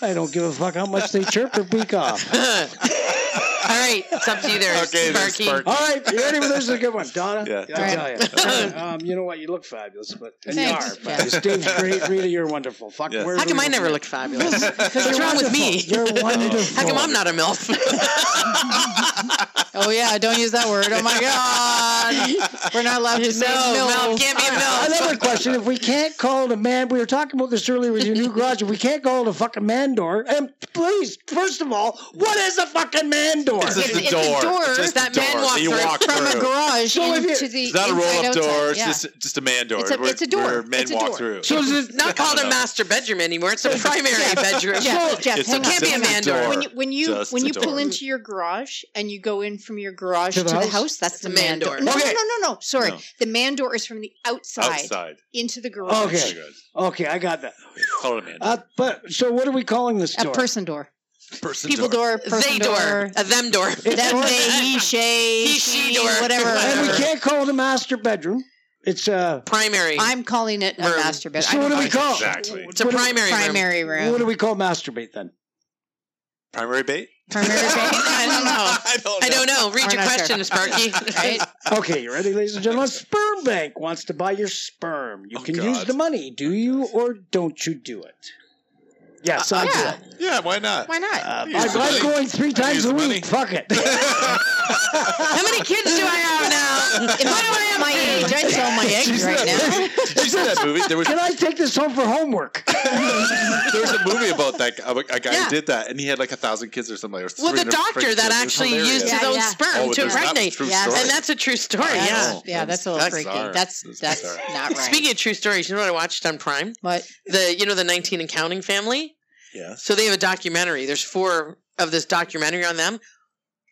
D: I don't give a fuck how much they chirp or beak off.
B: All right, it's up to you there,
C: Okay, then,
B: Sparky.
C: Sparky.
D: All right, you ready? This is a good one, Donna.
C: Yeah.
D: I tell
B: Right.
D: you, um, you know what? You look fabulous, but and
A: Thanks,
D: you are fabulous. Dave's great. Rita, you're wonderful. Fuck,
C: Yeah.
D: where
B: How
D: do
B: come
D: we
B: I
D: go
B: never
D: from
B: *laughs* look fabulous?
D: here?
B: *laughs* What's wrong with me? *laughs*
D: You're wonderful.
B: How come I'm not a milf?
A: Oh yeah, don't use that word. Oh my god, we're not allowed to say
B: No,
A: no.
B: milk, give me
D: Another
B: milk.
D: question: If we can't call it a man, we were talking about this earlier with your new garage. If we can't call it a fucking man door, and please, first of all, what is a fucking man door?
C: It's just
A: It's-
C: a
A: it's a
C: door.
A: door
C: It's just
B: that
C: a door
B: men walk
C: that you
B: through
C: walk
A: from a
C: through.
A: garage
D: So if you-
A: into the
C: It's not a
A: inside,
C: roll-up
A: outside.
C: door. It's
A: Yeah.
C: just just a man door.
A: It's a-
C: where-
A: it's a door.
C: Where men
A: It's a
C: walk
A: door.
C: through.
D: so is it
B: Not called a master bedroom anymore. It's a primary bedroom.
A: Jeff, Jeff,
C: It's
A: hang
B: a-
A: on,
B: can't be a
A: hang
B: man
A: on.
B: door.
A: When you when you
C: Just
A: when
C: a
A: you pull
C: door.
A: into your garage and you go in from your garage to the, house? that's the
B: a
A: man
B: man
A: door.
B: door.
A: No,
D: Okay.
A: no, no, no, no. Sorry,
C: No.
A: the man door is from the outside,
C: Outside.
A: into the garage.
D: Okay. okay? I got that.
C: Call it a man.
D: Uh, but so, what are we calling this
A: A
D: door?
A: person door,
C: Person
A: people door, person
B: They door. A them door.
A: Them, they, he, she,
B: He, she door.
A: whatever.
D: and we
B: Whatever.
D: can't call it a master bedroom. It's a
B: primary.
A: I'm calling it a
B: Room.
A: master bed. I
D: so what do
A: don't
D: we
A: like
D: call
C: Exactly.
B: it's a
D: what do we-
B: primary, room.
A: primary room?
D: What do we call masturbate then?
C: Primary bait?
A: primary
C: *laughs*
D: *laughs*
B: I don't know.
C: I don't know.
B: I don't know. Read
A: We're
B: your
A: not sure.
B: question, Sparky.
A: *laughs* Right?
D: Okay, you ready, ladies and gentlemen? Sperm Bank wants to buy your sperm. You
C: Oh,
D: can
C: God.
D: use the money. Do you or don't you do it? Yes, I do
A: yeah.
D: it.
C: Yeah, why *laughs* not?
A: Why not?
D: Uh,
C: Use
D: I'm,
C: the
D: I'm
C: money.
D: going three times
C: use
D: a
C: the
D: week.
C: money.
D: Fuck it. *laughs*
B: How many kids do I have now?
A: *laughs* if I were my age, I'd sell
D: *laughs*
A: my eggs right now.
C: Did you see that movie? There was
D: can I take this home for homework?
C: there was a movie about that guy, a guy
B: Yeah.
C: who did that, and he had like a thousand kids or something. Or
B: Well, the
C: 300
B: doctor that
C: freaking kids. It was
B: actually
C: hilarious.
B: used his
A: Yeah,
B: own
A: yeah.
B: sperm
C: Oh,
B: to
C: there's not
B: impregnate.
C: true
A: Yeah.
C: story.
B: And that's a true story,
A: That's-
B: yeah.
C: Oh,
A: yeah, that's a little
C: that's
A: freaky.
C: bizarre.
A: That's
C: That's
A: that's
C: bizarre.
A: not right.
B: Speaking of true stories, you know what I watched on Prime?
A: but
B: The you know the 19 and counting family.
C: Yes.
B: So they have a documentary. There's four of this documentary on them.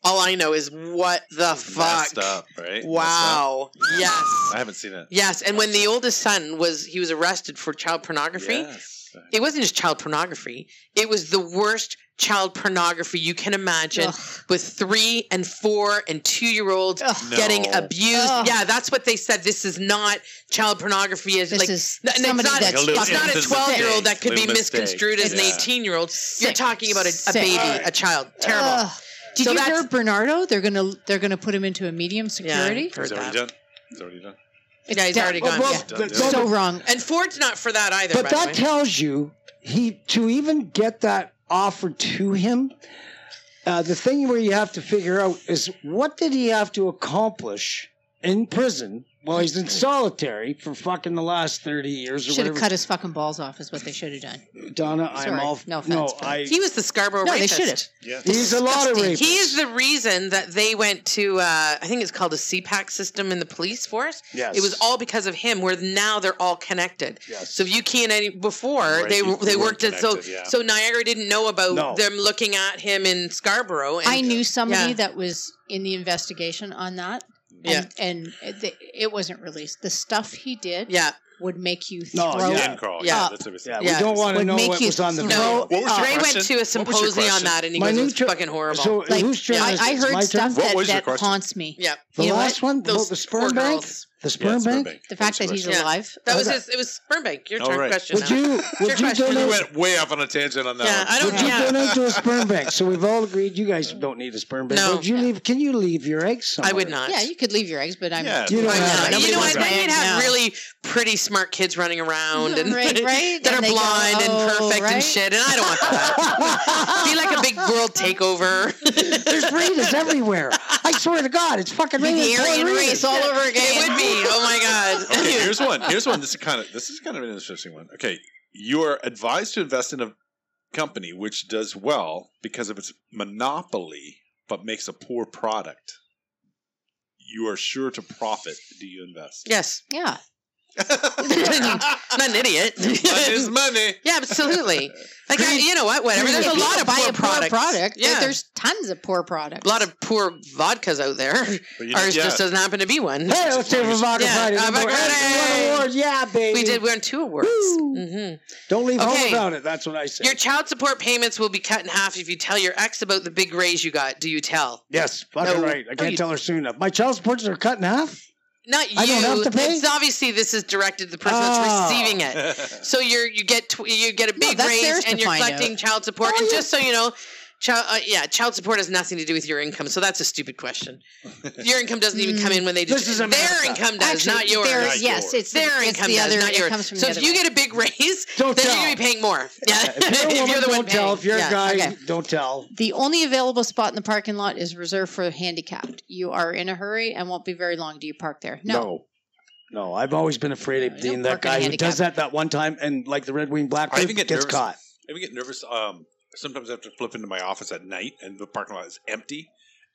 B: All I know is what the
C: Messed
B: fuck.
C: up, right? Messed
B: Wow. Yes.
C: up. *laughs* I haven't seen it.
B: Yes. And when the oldest son was, he was arrested for child pornography.
C: Yes.
B: It wasn't just child pornography. It was the worst child pornography you can imagine
A: ugh,
B: with three and four and two year olds
A: ugh,
C: No.
B: getting abused.
A: Ugh.
B: Yeah, that's what they said. This is not child pornography. Is
A: this
B: like
A: is
B: n- and
A: somebody
B: it's not,
A: that's
C: Like a little-
B: it's not a
C: This is a
B: 12 year old that could be
C: Little mistake.
B: misconstrued as
A: It's
B: an 18 year old. You're
A: sick,
B: talking about a, a
A: sick.
B: baby,
D: Alright.
B: a child. Terrible.
A: Ugh. Did
B: So
A: you
B: that's-
A: hear Bernardo? They're gonna they're gonna put him into a medium security.
B: heard
C: Is it already
B: that.
C: done? Is it already done?
B: Yeah, he's already gone.
D: Well,
B: yeah.
D: the-
C: Yeah.
A: so wrong.
B: And Ford's not for that either.
D: but
B: by
D: that
B: the way.
D: tells you he to even get that offered to him. Uh, the thing where you have to figure out is what did he have to accomplish in prison while he's in solitary for fucking the last thirty years or
A: Should have
D: whatever.
A: cut his fucking balls off. Is what they should have done.
D: Donna, I'm
A: Sorry,
D: all
A: no offense,
D: no.
A: but-
D: I
B: he was the Scarborough
A: No, they
B: rapist.
A: should have.
C: Yeah.
D: he's a lot of rapists.
A: disgusting.
B: He is the reason that they went to, uh, I think it's called a CPAC system in the police force.
D: Yes.
B: It was all because of him. Where now they're all connected.
D: Yes.
B: So if you can't any before
C: Right,
B: they
C: you- you
B: they
C: weren't
B: worked at so
C: connected, yeah.
B: so Niagara didn't know about
D: No.
B: them looking at him in Scarborough. And
A: I knew somebody
B: Yeah.
A: that was in the investigation on that.
B: Yeah.
A: And, and it, it wasn't released. The stuff he did
B: yeah,
A: would make you throw.
D: No, yeah.
C: End crawl.
B: Yeah.
C: Yeah. That's what we
D: yeah,
C: said.
D: we
B: Yeah.
D: don't want to
A: Would
D: know
A: make
D: what
A: you
D: was on the
B: throw-
D: video.
C: What was your
B: Ray went
C: question?
B: to a
C: What was your
B: symposium on
C: question?
B: that, and he
D: My
B: goes,
D: new
B: "It's
D: tur-
B: fucking horrible."
D: So
A: Like,
D: who's trying
A: I, I heard stuff
C: What
A: that,
C: was your
A: that
C: question?
A: haunts me.
B: yeah,
D: The
A: you know
D: last one,
B: those
D: about the
B: poor
D: sperm bank,
B: girls.
D: the
C: Yeah,
D: sperm
C: it's
D: bank.
A: The fact that he's
B: Yeah.
A: alive.
B: That was
D: Okay.
B: his. It was Spermbank. Your
C: All
B: turn
C: Oh, right.
B: question.
D: Oh, Would
B: now.
D: you would you
B: question.
C: We
D: donate?
C: went way off on a tangent on that
B: yeah,
C: one.
B: I don't.
D: Would you
B: Yeah.
D: donate to a sperm bank? So we've all agreed. You guys don't need a sperm bank.
B: No.
D: Would you leave? Can you leave your eggs somewhere?
B: I would not.
A: Yeah, you could leave your eggs, but I'm.
C: Yeah.
D: You don't
B: I
D: have
B: know.
D: to.
A: Nobody
B: you know, I
A: wants
B: think
A: that.
B: you'd have
A: No.
B: really pretty smart kids running around and
A: *laughs*
B: *laughs*
A: Right, right.
B: that
A: And
B: are
A: they go,
B: blind
A: "Oh,
B: and perfect
A: right."
B: and shit. And I don't want that. Be like a big world
A: *laughs*
B: takeover.
D: There's readers everywhere. I swear to God, it's fucking
A: The
D: readers.
A: Aryan
D: Readers.
A: race all over again.
B: It would be. Oh my
A: *laughs*
B: god. *laughs*
C: Okay, here's one. Here's one. This is kind of this is kind of an interesting one. Okay, you are advised to invest in a company which does well because of its monopoly, but makes a poor product. You are sure to profit. Do you invest?
B: *laughs* Yes.
A: Yeah.
B: Not
A: *laughs*
B: an idiot.
C: That
B: *laughs*
C: is money.
B: yeah, absolutely. Like I, you know what? Whatever. There's a
A: If you
B: lot of
A: buy
B: poor
A: a
B: products.
A: poor product.
B: Yeah.
A: Yeah. There's tons of poor products.
B: a lot of poor vodkas out there. *laughs*
C: But you-
B: Ours
C: yeah.
B: just doesn't happen to be one.
D: Hey, let's say for Vodka
B: Yeah,
D: Friday.
B: uh,
D: number
B: Vodka
D: eight.
B: Friday.
D: We won an award. Yeah, baby.
B: We did. We won two awards.
D: Woo.
B: hmm
D: Don't leave
B: Okay.
D: home without it. That's what I say.
B: Your child support payments will be cut in half if you tell your ex about the big raise you got. Do you tell?
D: yes, fucking
B: No.
D: right. I
B: No,
D: can't
B: you-
D: tell her soon enough. My child supports are cut in half.
B: Not you.
D: I don't have to pay?
B: It's obviously this is directed to the person
D: Oh.
B: that's receiving it.
C: *laughs*
B: So you're you get tw- you get a big
A: that's
B: raise
A: theirs to
B: and you're
A: find Oh,
B: collecting child support. and just so you know, Child, uh, yeah, child support has nothing to do with your income, so that's a stupid
D: *laughs*
B: question. Your income doesn't even come in when they do.
D: This is
B: their
D: America.
B: income does, not yours.
A: there-
C: Not
A: yes,
C: yours.
A: it's the-
B: their
A: it's
B: income
A: the
B: does,
A: other.
B: not yours.
A: It comes from
B: so
A: the
B: if
A: other
B: you
A: way.
B: get a big raise,
D: Don't
B: then
D: tell.
B: you're gonna be paying more. Yeah, *laughs*
D: If you're a woman, don't tell. If you're
B: yeah.
D: a guy,
A: okay.
D: don't tell.
A: the only available spot in the parking lot is reserved for handicapped. You are in a hurry and won't be very long. Do you park there?
D: No. no. I've always been afraid
A: No,
D: of
A: you don't
D: being that
A: park in a
D: guy who
A: handicap.
D: does that that one time and like the Red Wing Black
C: I even get
D: gets
C: nervous.
D: caught.
C: I even get nervous. Um, sometimes I have to flip into my office at night, and the parking lot is empty,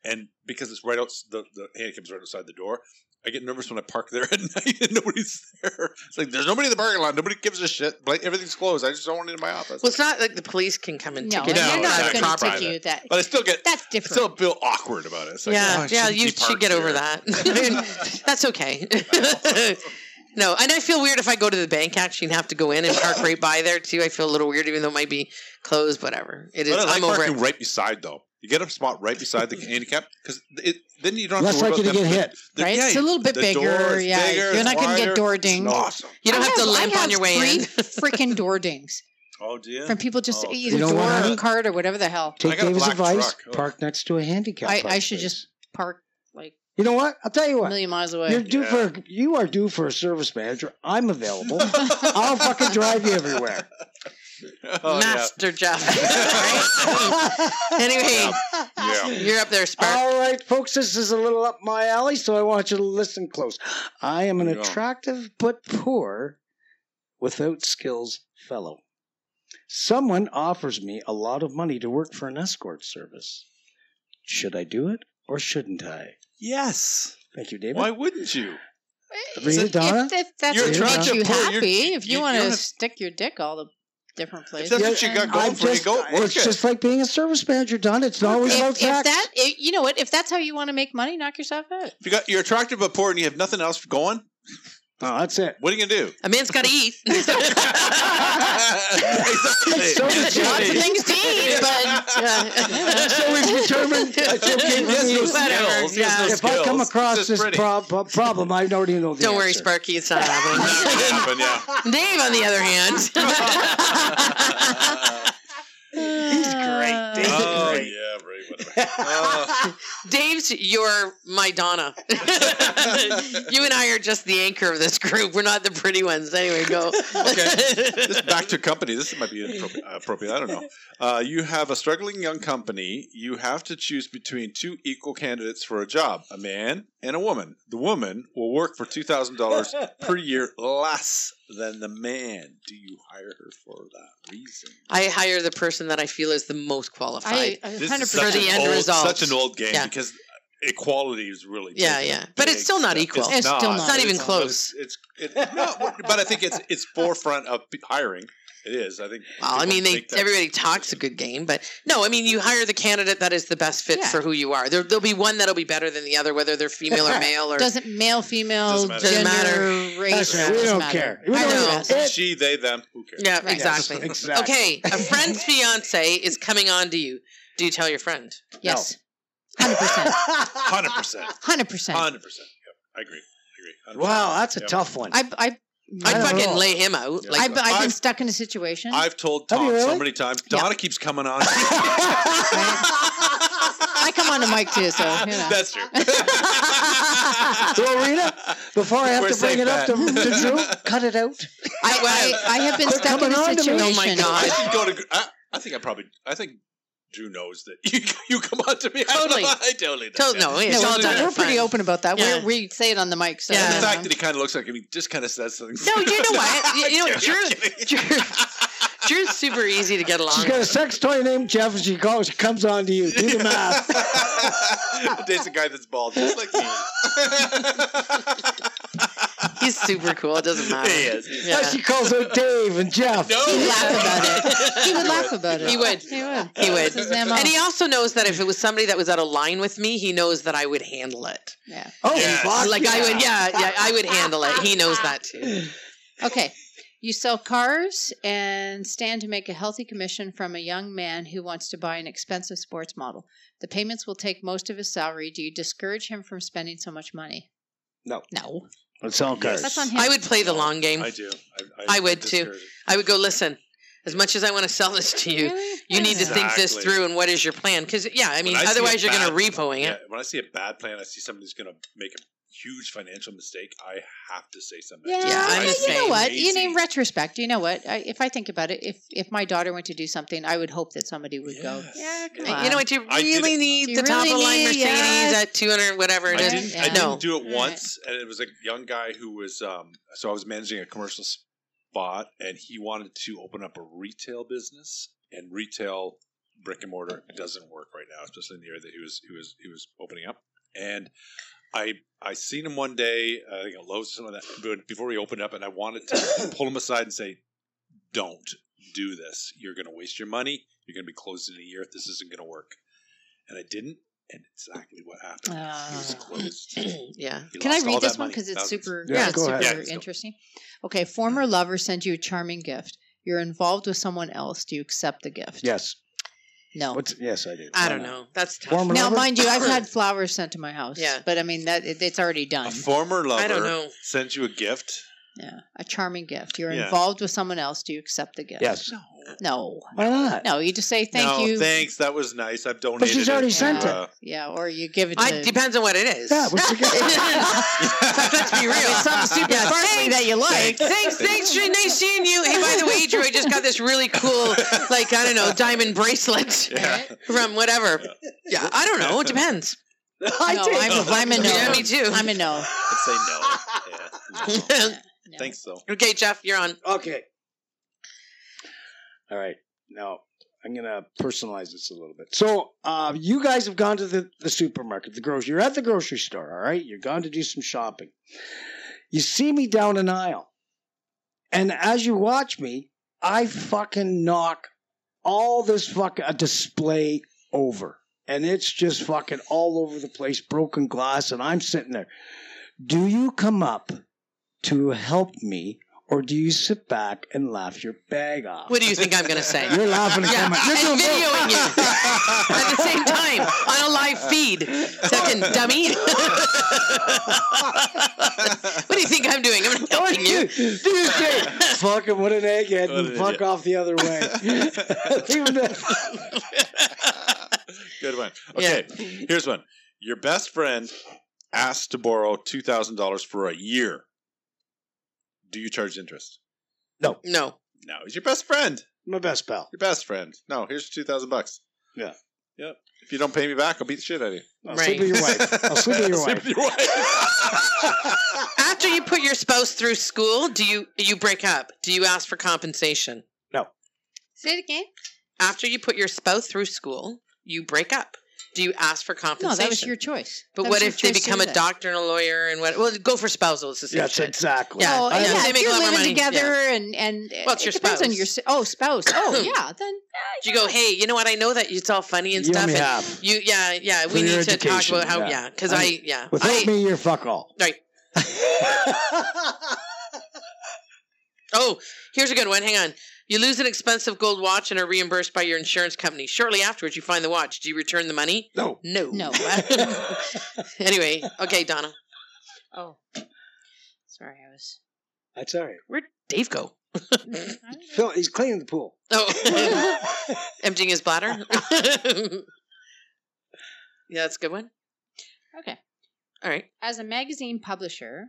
C: and because it's right out the the handicap's right outside the door. I get nervous when I park there *laughs* at night and nobody's there. It's like there's nobody in the parking lot. Nobody gives a shit. Like everything's closed. I just don't want it in my office.
B: Well, it's not like the police can come and
A: No,
B: ticket
C: No,
A: and
B: you.
A: they're
B: That's
A: not
C: exactly.
A: going to
C: Private.
A: take you. That
C: but I still get.
A: that's
C: I
A: different.
C: still feel awkward about it. It's like,
B: yeah,
C: oh, I
B: yeah,
C: shouldn't
B: you
C: be
B: should
C: parked
B: get over *laughs*
C: here. *laughs*
B: that. That's okay. *laughs* no, and I feel weird if I go to the bank actually and have to go in and park right by there too. I feel a little weird, even though it might be closed. Whatever it is,
C: But I like
B: I'm over it.
C: parking right beside though. You get a spot right beside the handicap because then you don't have
D: Less
C: to worry
D: likely to
C: about them-
D: get hit.
C: the-
A: right?
C: yeah,
A: it's a little bit
C: the
A: bigger.
C: door is
A: yeah,
C: bigger,
A: you're
C: it's
A: not going to
C: wider.
A: get door
C: It's
A: dinged.
C: Awesome.
B: You don't
A: I
B: have, to limp
A: I
B: on your way
A: three
B: in.
A: freaking door dings
C: Oh dear.
A: from people just
C: Oh,
A: either
D: You don't
A: door
D: wanna have
A: or
D: it?
A: card or whatever the hell.
C: I
D: Take
C: got a
D: David's
C: black
D: advice,
C: truck. Oh.
D: park next to a handicap.
A: I-
D: park
A: I should
D: place.
A: just- Park like
D: You know what? I'll tell you
A: a
D: what.
A: million miles
D: You're
A: away.
D: due
C: Yeah.
D: for you are due for a service manager.
A: *laughs*
D: I'm available. I'll fucking drive you everywhere. *laughs*
C: *laughs* Oh, yeah.
B: Master Jeff. *laughs*
D: *laughs* All
B: anyway,
C: Yeah.
B: you're up there, Spark.
D: right, folks, this is a little up my alley, so I want you to listen close. I am an
C: Yeah.
D: attractive but poor, without skills fellow. Someone offers me a lot of money to work for an escort service. Should I do it or shouldn't I?
C: Yes.
D: Thank you, David.
C: Why wouldn't you?
D: Rita
A: If-
D: Donna?
A: If, if that's
C: You're
A: what makes
C: attractive,
A: you
C: poor, you're-
A: happy, if
C: you-
A: you want
C: you don't
A: to
C: have-
A: stick your dick all the different places,
C: that's what you got
A: and-
C: going
D: I'm
C: for you,
D: just,
C: go work
D: it's
C: it.
D: just like being a service manager, Don. It's not always
A: If,
D: about
A: if
D: sex.
A: that, if, you know what? If that's how you want to make money, knock yourself out.
C: If you got you're attractive but poor and you have nothing else going,
D: oh,
C: *laughs*
D: that's it.
C: what are
B: *laughs*
C: you gonna do?
B: A man's got to
C: *laughs*
B: eat.
C: Exactly.
D: So does she.
B: Lots of things to eat,
C: *laughs*
B: but uh,
D: So we've determined it's okay
C: He
D: with
C: has
D: me.
B: *laughs*
C: no *laughs*
B: Whatever,
C: skills. He has no
B: yeah.
D: if I come
C: skills.
D: across
C: It's
D: this
C: just pretty. *laughs*
D: prob- problem, I already know the
B: don't worry,
D: answer.
B: Sparky, it's not
D: *laughs*
C: Not
B: happening.
C: gonna happen, yeah. *laughs*
B: Dave, on the other hand,
A: He's Uh,
D: great, David.
B: Uh,
C: Oh
D: Great.
C: yeah, right.
D: *laughs*
C: Whatever. Oh.
B: Dave's your my *laughs* Donna. you and I are just the anchor of this group. We're not the pretty ones. Anyway, go.
C: *laughs* this is back to company. This might be inappropriate. appropriate. I don't know. Uh, you have a struggling young company. You have to choose between two equal candidates for a job, a man and a woman. The woman will work for two thousand
D: *laughs*
C: dollars per year less than the man. Do you hire her for that reason?
B: I hire the person that I feel is the most qualified.
A: I
C: This
A: hundred
C: is such
B: For
A: percent.
B: the
C: an
B: end
C: old,
B: result.
C: Such an old game
B: Yeah.
C: because equality is really
B: Yeah,
C: taking a
B: yeah. But it's
C: big
B: still not
C: step.
B: equal.
A: It's still not. It's
B: not even
C: but
B: close.
C: It's, it's, it's no, but I think it's it's forefront of hiring. It is. I think.
B: Well, I
C: people
B: mean, they
C: make that-
B: everybody talks a good game, but no, I mean, you hire the candidate that is the best fit
A: Yeah.
B: for who you are. There, there'll be one that'll be better than the other, whether they're female or male or
A: Doesn't male, female,
C: Doesn't matter.
A: gender,
B: Doesn't
A: race.
D: That's right. We
A: doesn't
D: don't
A: matter.
D: care. We
B: I
D: don't
B: know.
D: care. It-
C: she, they, them. Who cares?
B: yeah,
A: Right.
B: exactly.
D: exactly.
B: Okay, a friend's fiance is coming on to you. Do you tell your friend?
A: Yes, hundred percent,
C: Hundred
B: *laughs*
C: percent.
A: hundred percent.
C: Hundred percent. Yep, I agree. I agree. 100%.
D: Wow, that's a
C: Yep.
D: tough one.
A: I, I,
B: I'd
D: I
A: I,
D: don't
B: fucking
D: know.
B: lay him out.
C: Yeah.
B: Like,
A: have I've been
C: I've-
A: stuck in a situation.
C: I've told
D: Have
C: Tom
D: you
C: so
D: really?
C: many times.
A: Yeah.
C: Donna keeps coming
B: *laughs*
C: on.
A: I come on to Mike too, so you know.
C: That's
D: *laughs*
C: true. *laughs*
D: Well, Rita, before I have
C: We're
D: to bring
C: safe
D: it up to,
C: bet. *laughs*
D: to Drew, cut it out.
A: I, I, I have been
D: They're
A: stuck in
D: coming on
A: a
D: to me.
A: situation.
B: Oh my God.
C: I should go to. I, I think I probably. I think Drew knows that *laughs* you you come on to me.
B: Totally.
C: I, don't know. I totally.
B: Tot-
C: know.
B: no,
C: that.
B: it's
A: No,
B: all
A: we're-
B: done in
A: we're pretty
B: fun.
A: open about that.
B: Yeah.
A: We're, we say it on the mic, so
B: Yeah.
A: you
C: And the
A: know.
C: fact that he kind of looks like him, he just kind of says things.
B: no, you know
C: *laughs*
B: what? You, you know,
C: I'm kidding, I'm
B: Drew,
C: kidding.
B: Drew, Drew's super easy to get along.
D: She's got a
B: with.
D: sex toy named Jeff, and she goes, comes on to you.
C: *laughs*
D: Do the math.
C: Date's a guy that's bald, just like *laughs* me.
B: He's super cool. It doesn't matter.
C: He is. He's-
D: Now
B: Yeah.
D: She calls out Dave and Jeff.
C: No,
A: He'd laugh about it. He would laugh about it.
B: He would.
A: He would.
B: *laughs* He would.
A: That's his MO.
B: And he also knows that if it was somebody that was out of line with me, he knows that I would handle it.
A: yeah.
D: Oh,
C: Yes.
D: fuck
B: Like I would, yeah, yeah, I would handle it. He knows that too.
A: Okay. You sell cars and stand to make a healthy commission from a young man who wants to buy an expensive sports model. The payments will take most of his salary. Do you discourage him from spending so much money?
D: No.
A: No.
D: It's all good.
A: That's on him.
B: I would play the long game.
C: I do. I,
B: I would, too.
C: discourage it.
B: I would go, listen, As much as I want to sell this to you, you need to think this
C: Exactly.
B: through and what is your plan? Because yeah, I mean,
C: I see a
B: otherwise you're going
C: bad-
B: to repoing
C: Yeah,
B: it.
C: when I see a bad plan, I see somebody who's going to make a huge financial mistake. I have to say something.
A: Yeah,
B: Yeah, I'm
A: I
B: the
A: mean, you know
B: same.
A: what?
C: Lazy.
A: In, in retrospect, you know what? I, if I think about it, if if my daughter went to do something, I would hope that somebody would go.
C: Yes.
A: Yeah, come
C: Yeah.
A: on.
B: You know what? You
C: I did
B: really
C: it-
B: need
A: You
B: the top
A: really
B: of line
A: need-
B: Mercedes
A: yes.
B: at 200 whatever
C: I
B: it
A: Yeah.
B: is.
C: didn't, I
A: Yeah.
C: didn't
B: No.
C: do it
A: Right.
C: once, and it was a young guy who was. Um, so I was managing a commercial spot, and he wanted to open up a retail business, and retail brick and mortar doesn't work right now, especially in the area that he was he was he was opening up. And I I seen him one day, I think at Lowe's some of that, but before he opened up, and I wanted
B: *coughs*
C: to pull him aside and say, "Don't do this. You're going to waste your money. You're going to be closed in a year. This isn't going to work." And I didn't, and exactly what happened. He was
A: Ah.
C: closed.
B: *clears throat* yeah.
C: He
A: Can I
C: lost all
A: read this
C: that
A: one
C: money.
A: because it's
C: Thousands.
A: super,
D: Yeah,
A: it's
D: go ahead.
C: Yeah,
A: super
C: let's go.
A: interesting? Okay, former lover sends you a charming gift. You're involved with someone else. Do you accept the gift?
D: Yes.
A: No.
D: What's, yes, I do.
B: I
D: Why
B: don't
D: not?
B: know. That's tough.
D: Former-
A: now,
D: lover?
A: mind you, I've
C: *laughs*
A: had flowers sent to my house.
B: Yeah.
A: But I mean that it, it's already
C: A
A: done.
C: former lover
B: I don't know.
C: sent you a gift.
A: yeah, a charming gift. You're
C: Yeah.
A: involved with someone else. Do you accept the gift?
D: Yes.
A: No.
D: Why not?
A: No, you just say thank
C: no,
A: you.
C: thanks. That was nice. I've donated.
D: she's already
C: it. uh,
D: sent
A: Yeah. *laughs* Yeah, or you give it to.
C: *laughs*
B: I, depends on what it is.
D: Yeah,
B: *laughs*
D: what's the
B: Let's be real.
A: I mean, something
C: *laughs*
A: stupid
B: Yeah,
A: sparkly
B: thanks.
A: that you like.
B: Thanks, thanks, Drew. Nice seeing you. Hey, by the way, Drew, I just got this really cool, like, I don't know, diamond
C: *laughs*
B: bracelet
C: Yeah.
B: from whatever. Yeah, I don't know. It depends.
D: I
A: no,
D: did.
A: I'm, a- I'm a no.
B: Yeah, me too.
A: I'm a no.
C: I'd say no. Yeah.
A: No.
C: Thanks though.
B: *laughs* okay, Jeff, you're on.
D: Okay. All right. Now I'm gonna personalize this a little bit. So uh, you guys have gone to the, the supermarket, the grocery. You're at the grocery store. All right. You're gone to do some shopping. You see me down an aisle, and as you watch me, I fucking knock all this fucking a display over, and it's just fucking all over the place, broken glass, and I'm sitting there. Do you come up to help me? or do you sit back and laugh your bag off?
B: What do you think I'm going to
D: *laughs*
B: say?
D: You're laughing at
B: Yeah,
D: yeah.
B: and
D: You're doing
B: videoing
D: *laughs* great.
B: you at the same time on a live feed. Fucking dummy. *laughs* what do you think I'm doing? I'm
D: What
B: helping
D: do you
B: you.
D: do? You say, Fuck him, what an egghead,
C: What
D: and
C: an
D: fuck
C: idiot.
D: off the
C: *laughs*
D: other way. *laughs* Leave him there.
C: Good one. Okay, here's one. Your best friend asked to borrow two thousand dollars for a year. Do you charge interest?
B: No.
C: No, he's your best friend.
D: My best pal.
C: Your best friend. No, here's two thousand bucks.
D: Yeah.
C: Yep. If you don't pay me back, I'll beat the shit out of you.
D: I'll
B: Right.
D: sleep with your wife. I'll sleep
C: *laughs*
D: with your
C: Sleep
D: wife.
C: with your wife.
B: After you put your spouse through school, do you you break up? Do you ask for compensation?
A: Say it again.
B: After you put your spouse through school, you break up. Do you ask for compensation?
A: No, that was your choice.
B: But
A: That was
B: what
A: your
B: if they
A: choice to
B: become
A: do
B: a
A: that.
B: doctor and a lawyer and what? Well, go for spousal. It's the same
D: Yes,
B: shit.
D: exactly.
B: Yeah.
A: Oh,
D: I-
A: yeah.
B: they
A: If
B: make a
A: you're
B: lot more
A: living
B: money,
A: together and and
B: Well, it's
A: it
B: your
A: depends on
B: spouse.
A: your si- oh spouse.
B: *coughs*
A: Oh yeah, then
B: Do you go, hey, you know what? I know that it's all funny and
D: You
B: stuff.
D: only
B: and
D: have.
B: you, yeah, yeah.
D: For
B: We
D: your
B: need to talk
D: education,
B: about how,
D: yeah.
B: yeah, because
D: I-
B: I, yeah,
D: Without
B: I,
D: me, you're
B: *laughs*
D: fuck all.
B: right. Oh, here's a good one. Hang on. You lose an expensive gold watch and are reimbursed by your insurance company. Shortly afterwards, you find the watch. Do you return the money?
D: No.
B: No. *laughs*
A: No.
B: anyway, okay, Donna.
A: oh. Sorry, I was.
D: That's all right.
B: Where'd Dave go?
D: Phil, he's cleaning
B: *laughs*
D: the pool. *laughs*
B: Oh, emptying his bladder. yeah, that's a good one.
A: okay.
B: All right.
A: As a magazine publisher,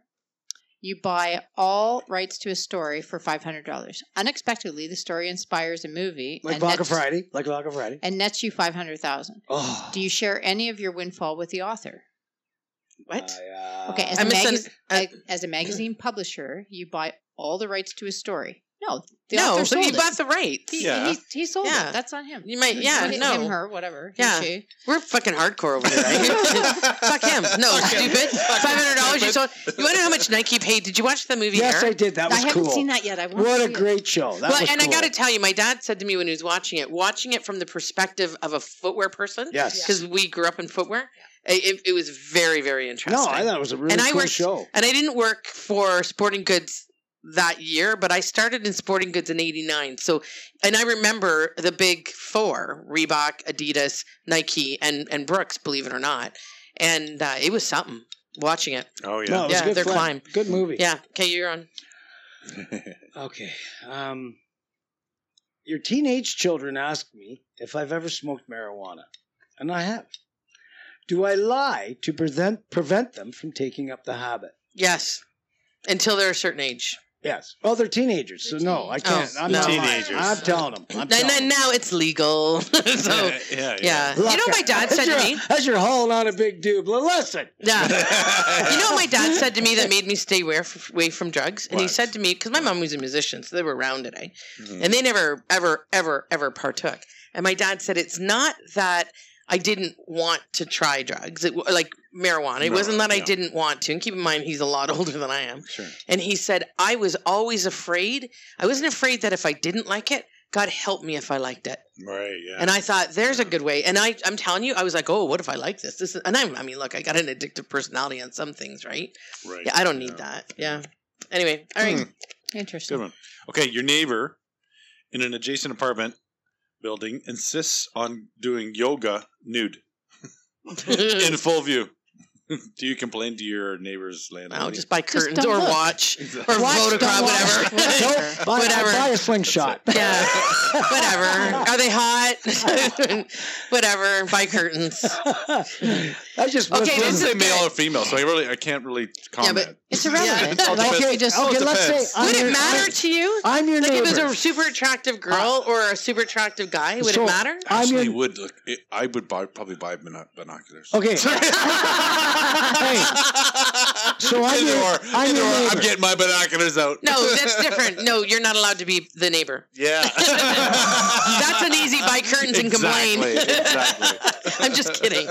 A: you buy all rights to a story for five hundred dollars. Unexpectedly, the story inspires a movie
D: Like
A: and
D: Vodka
A: nets-
D: Friday. Like Vodka Friday.
A: and nets you five hundred thousand.
D: Oh.
A: Do you share any of your windfall with the author?
B: What?
D: I, uh,
A: Okay, as
B: I
A: a,
B: misun-
A: magaz-
B: *coughs* I-
A: a- as a magazine publisher, you buy all the rights to a story. No, the
B: no,
A: author sold
B: you
A: it.
B: bought the rights.
A: he,
C: Yeah.
A: he, he sold
B: Yeah.
A: it. That's on him.
B: You might, yeah,
A: Or hi-
B: no.
A: him, her, whatever. he,
B: Yeah.
A: she.
B: We're fucking hardcore over here.
C: *laughs*
B: Right? Fuck *laughs* him. No, stupid. Five hundred dollars. You told. You want to know how much Nike paid? Did you watch the movie?
D: yes,
B: Air?
D: I did. That
A: I
D: was
A: haven't
D: cool.
A: seen that yet. I want
D: What
A: to
D: a
A: see it.
D: great show. That
B: well,
D: was
B: and
D: cool.
B: I got to tell you, my dad said to me when he was watching it, watching it from the perspective of a footwear person,
D: Yes.
B: because we grew up in footwear, it, it- it was very, very interesting.
D: No, I thought it was a really
B: And I
D: cool
B: worked-
D: show.
B: and I didn't work for sporting goods that year, but I started in sporting goods in '89. So, and I remember the big four: Reebok, Adidas, Nike, and and Brooks. Believe it or not, and uh, it was something watching it.
C: oh yeah.
D: No, it was
B: Yeah,
D: a good
B: their
D: flick.
B: climb.
D: Good movie.
B: Yeah. Okay, you're on.
D: Okay. Um, Your teenage children ask me if I've ever smoked marijuana, and I have. Do I lie to prevent prevent them from taking up the habit?
B: Yes. Until they're a certain age.
D: Yes. Well, they're teenagers, so no, I can't.
B: Oh,
D: I'm
B: no.
D: not lying.
E: Teenagers.
D: I'm telling them. I'm
B: Now,
D: telling
B: now,
D: 'em.
B: now it's legal. *laughs* so,
E: yeah, yeah,
B: yeah. You know,
D: Look,
B: what my dad
D: as
B: said to
D: you're-
B: me.
D: As you're hauling on a big dude,
B: *laughs*
D: but listen.
B: Yeah.
C: *laughs*
B: You know what my dad said to me that made me stay aware- away from drugs? And he
C: What?
B: said to me, because my mom was a musician, so they were around today,
C: Mhm.
B: and they never, ever, ever, ever partook. And my dad said, it's not that I didn't want to try drugs, it, w- like marijuana. It
C: No,
B: wasn't that I
C: yeah.
B: didn't want to. And keep in mind, he's a lot *laughs* older than I am.
C: Sure.
B: And he said, I was always afraid. I wasn't afraid that if I didn't like it, God help me if I liked it.
C: Right, yeah.
B: And I thought, there's a good way. And I, I'm telling you, I was like, oh, what if I like this? This, is, and I'm, I mean, look, I got an addictive personality on some things, right?
C: right.
B: Yeah, I don't need
C: Yeah.
B: that. Yeah. Anyway, all right.
C: Hmm.
A: Interesting.
C: Good one. Okay, your neighbor in an adjacent apartment building insists on doing yoga nude
B: *laughs*
C: in full view. *laughs* Do you complain to your neighbor's landlord?
B: I'll just buy curtains
A: don't
B: or
A: look.
B: watch
C: Exactly.
B: or
A: Watch,
B: photograph,
A: don't watch.
B: whatever.
D: Don't
B: *laughs*
D: buy,
B: Whatever.
D: buy a slingshot.
B: yeah. Whatever. Are they hot? *laughs* whatever. Buy curtains.
D: *laughs* I
B: Okay, this
C: It
D: just was-
C: doesn't
B: is
C: say male
B: good.
C: or female, so I really I can't really comment.
A: It's
B: Yeah.
A: irrelevant.
C: It's all
A: Like
C: depends-
A: you just
C: all
D: okay, Oh. let's
C: depends.
D: say I'm
B: Would
D: your-
B: it matter to you?
D: I'm your
B: Like
D: neighbor.
B: if it was a super attractive girl or a super attractive guy, would
D: So-
B: it matter? *laughs*
D: I'm
C: Actually,
D: your-
C: would look. It, I would buy probably buy bino- binoculars. *laughs*
D: okay, so I'm
C: Either
D: your,
C: or,
D: I'm
C: either
D: your
C: or,
D: neighbor.
C: I'm getting my binoculars out.
B: No, that's different. No, you're not allowed to be the neighbor.
C: *laughs* Yeah.
B: *laughs* That's an easy buy curtains and complain.
C: Exactly, exactly.
B: *laughs* I'm just kidding.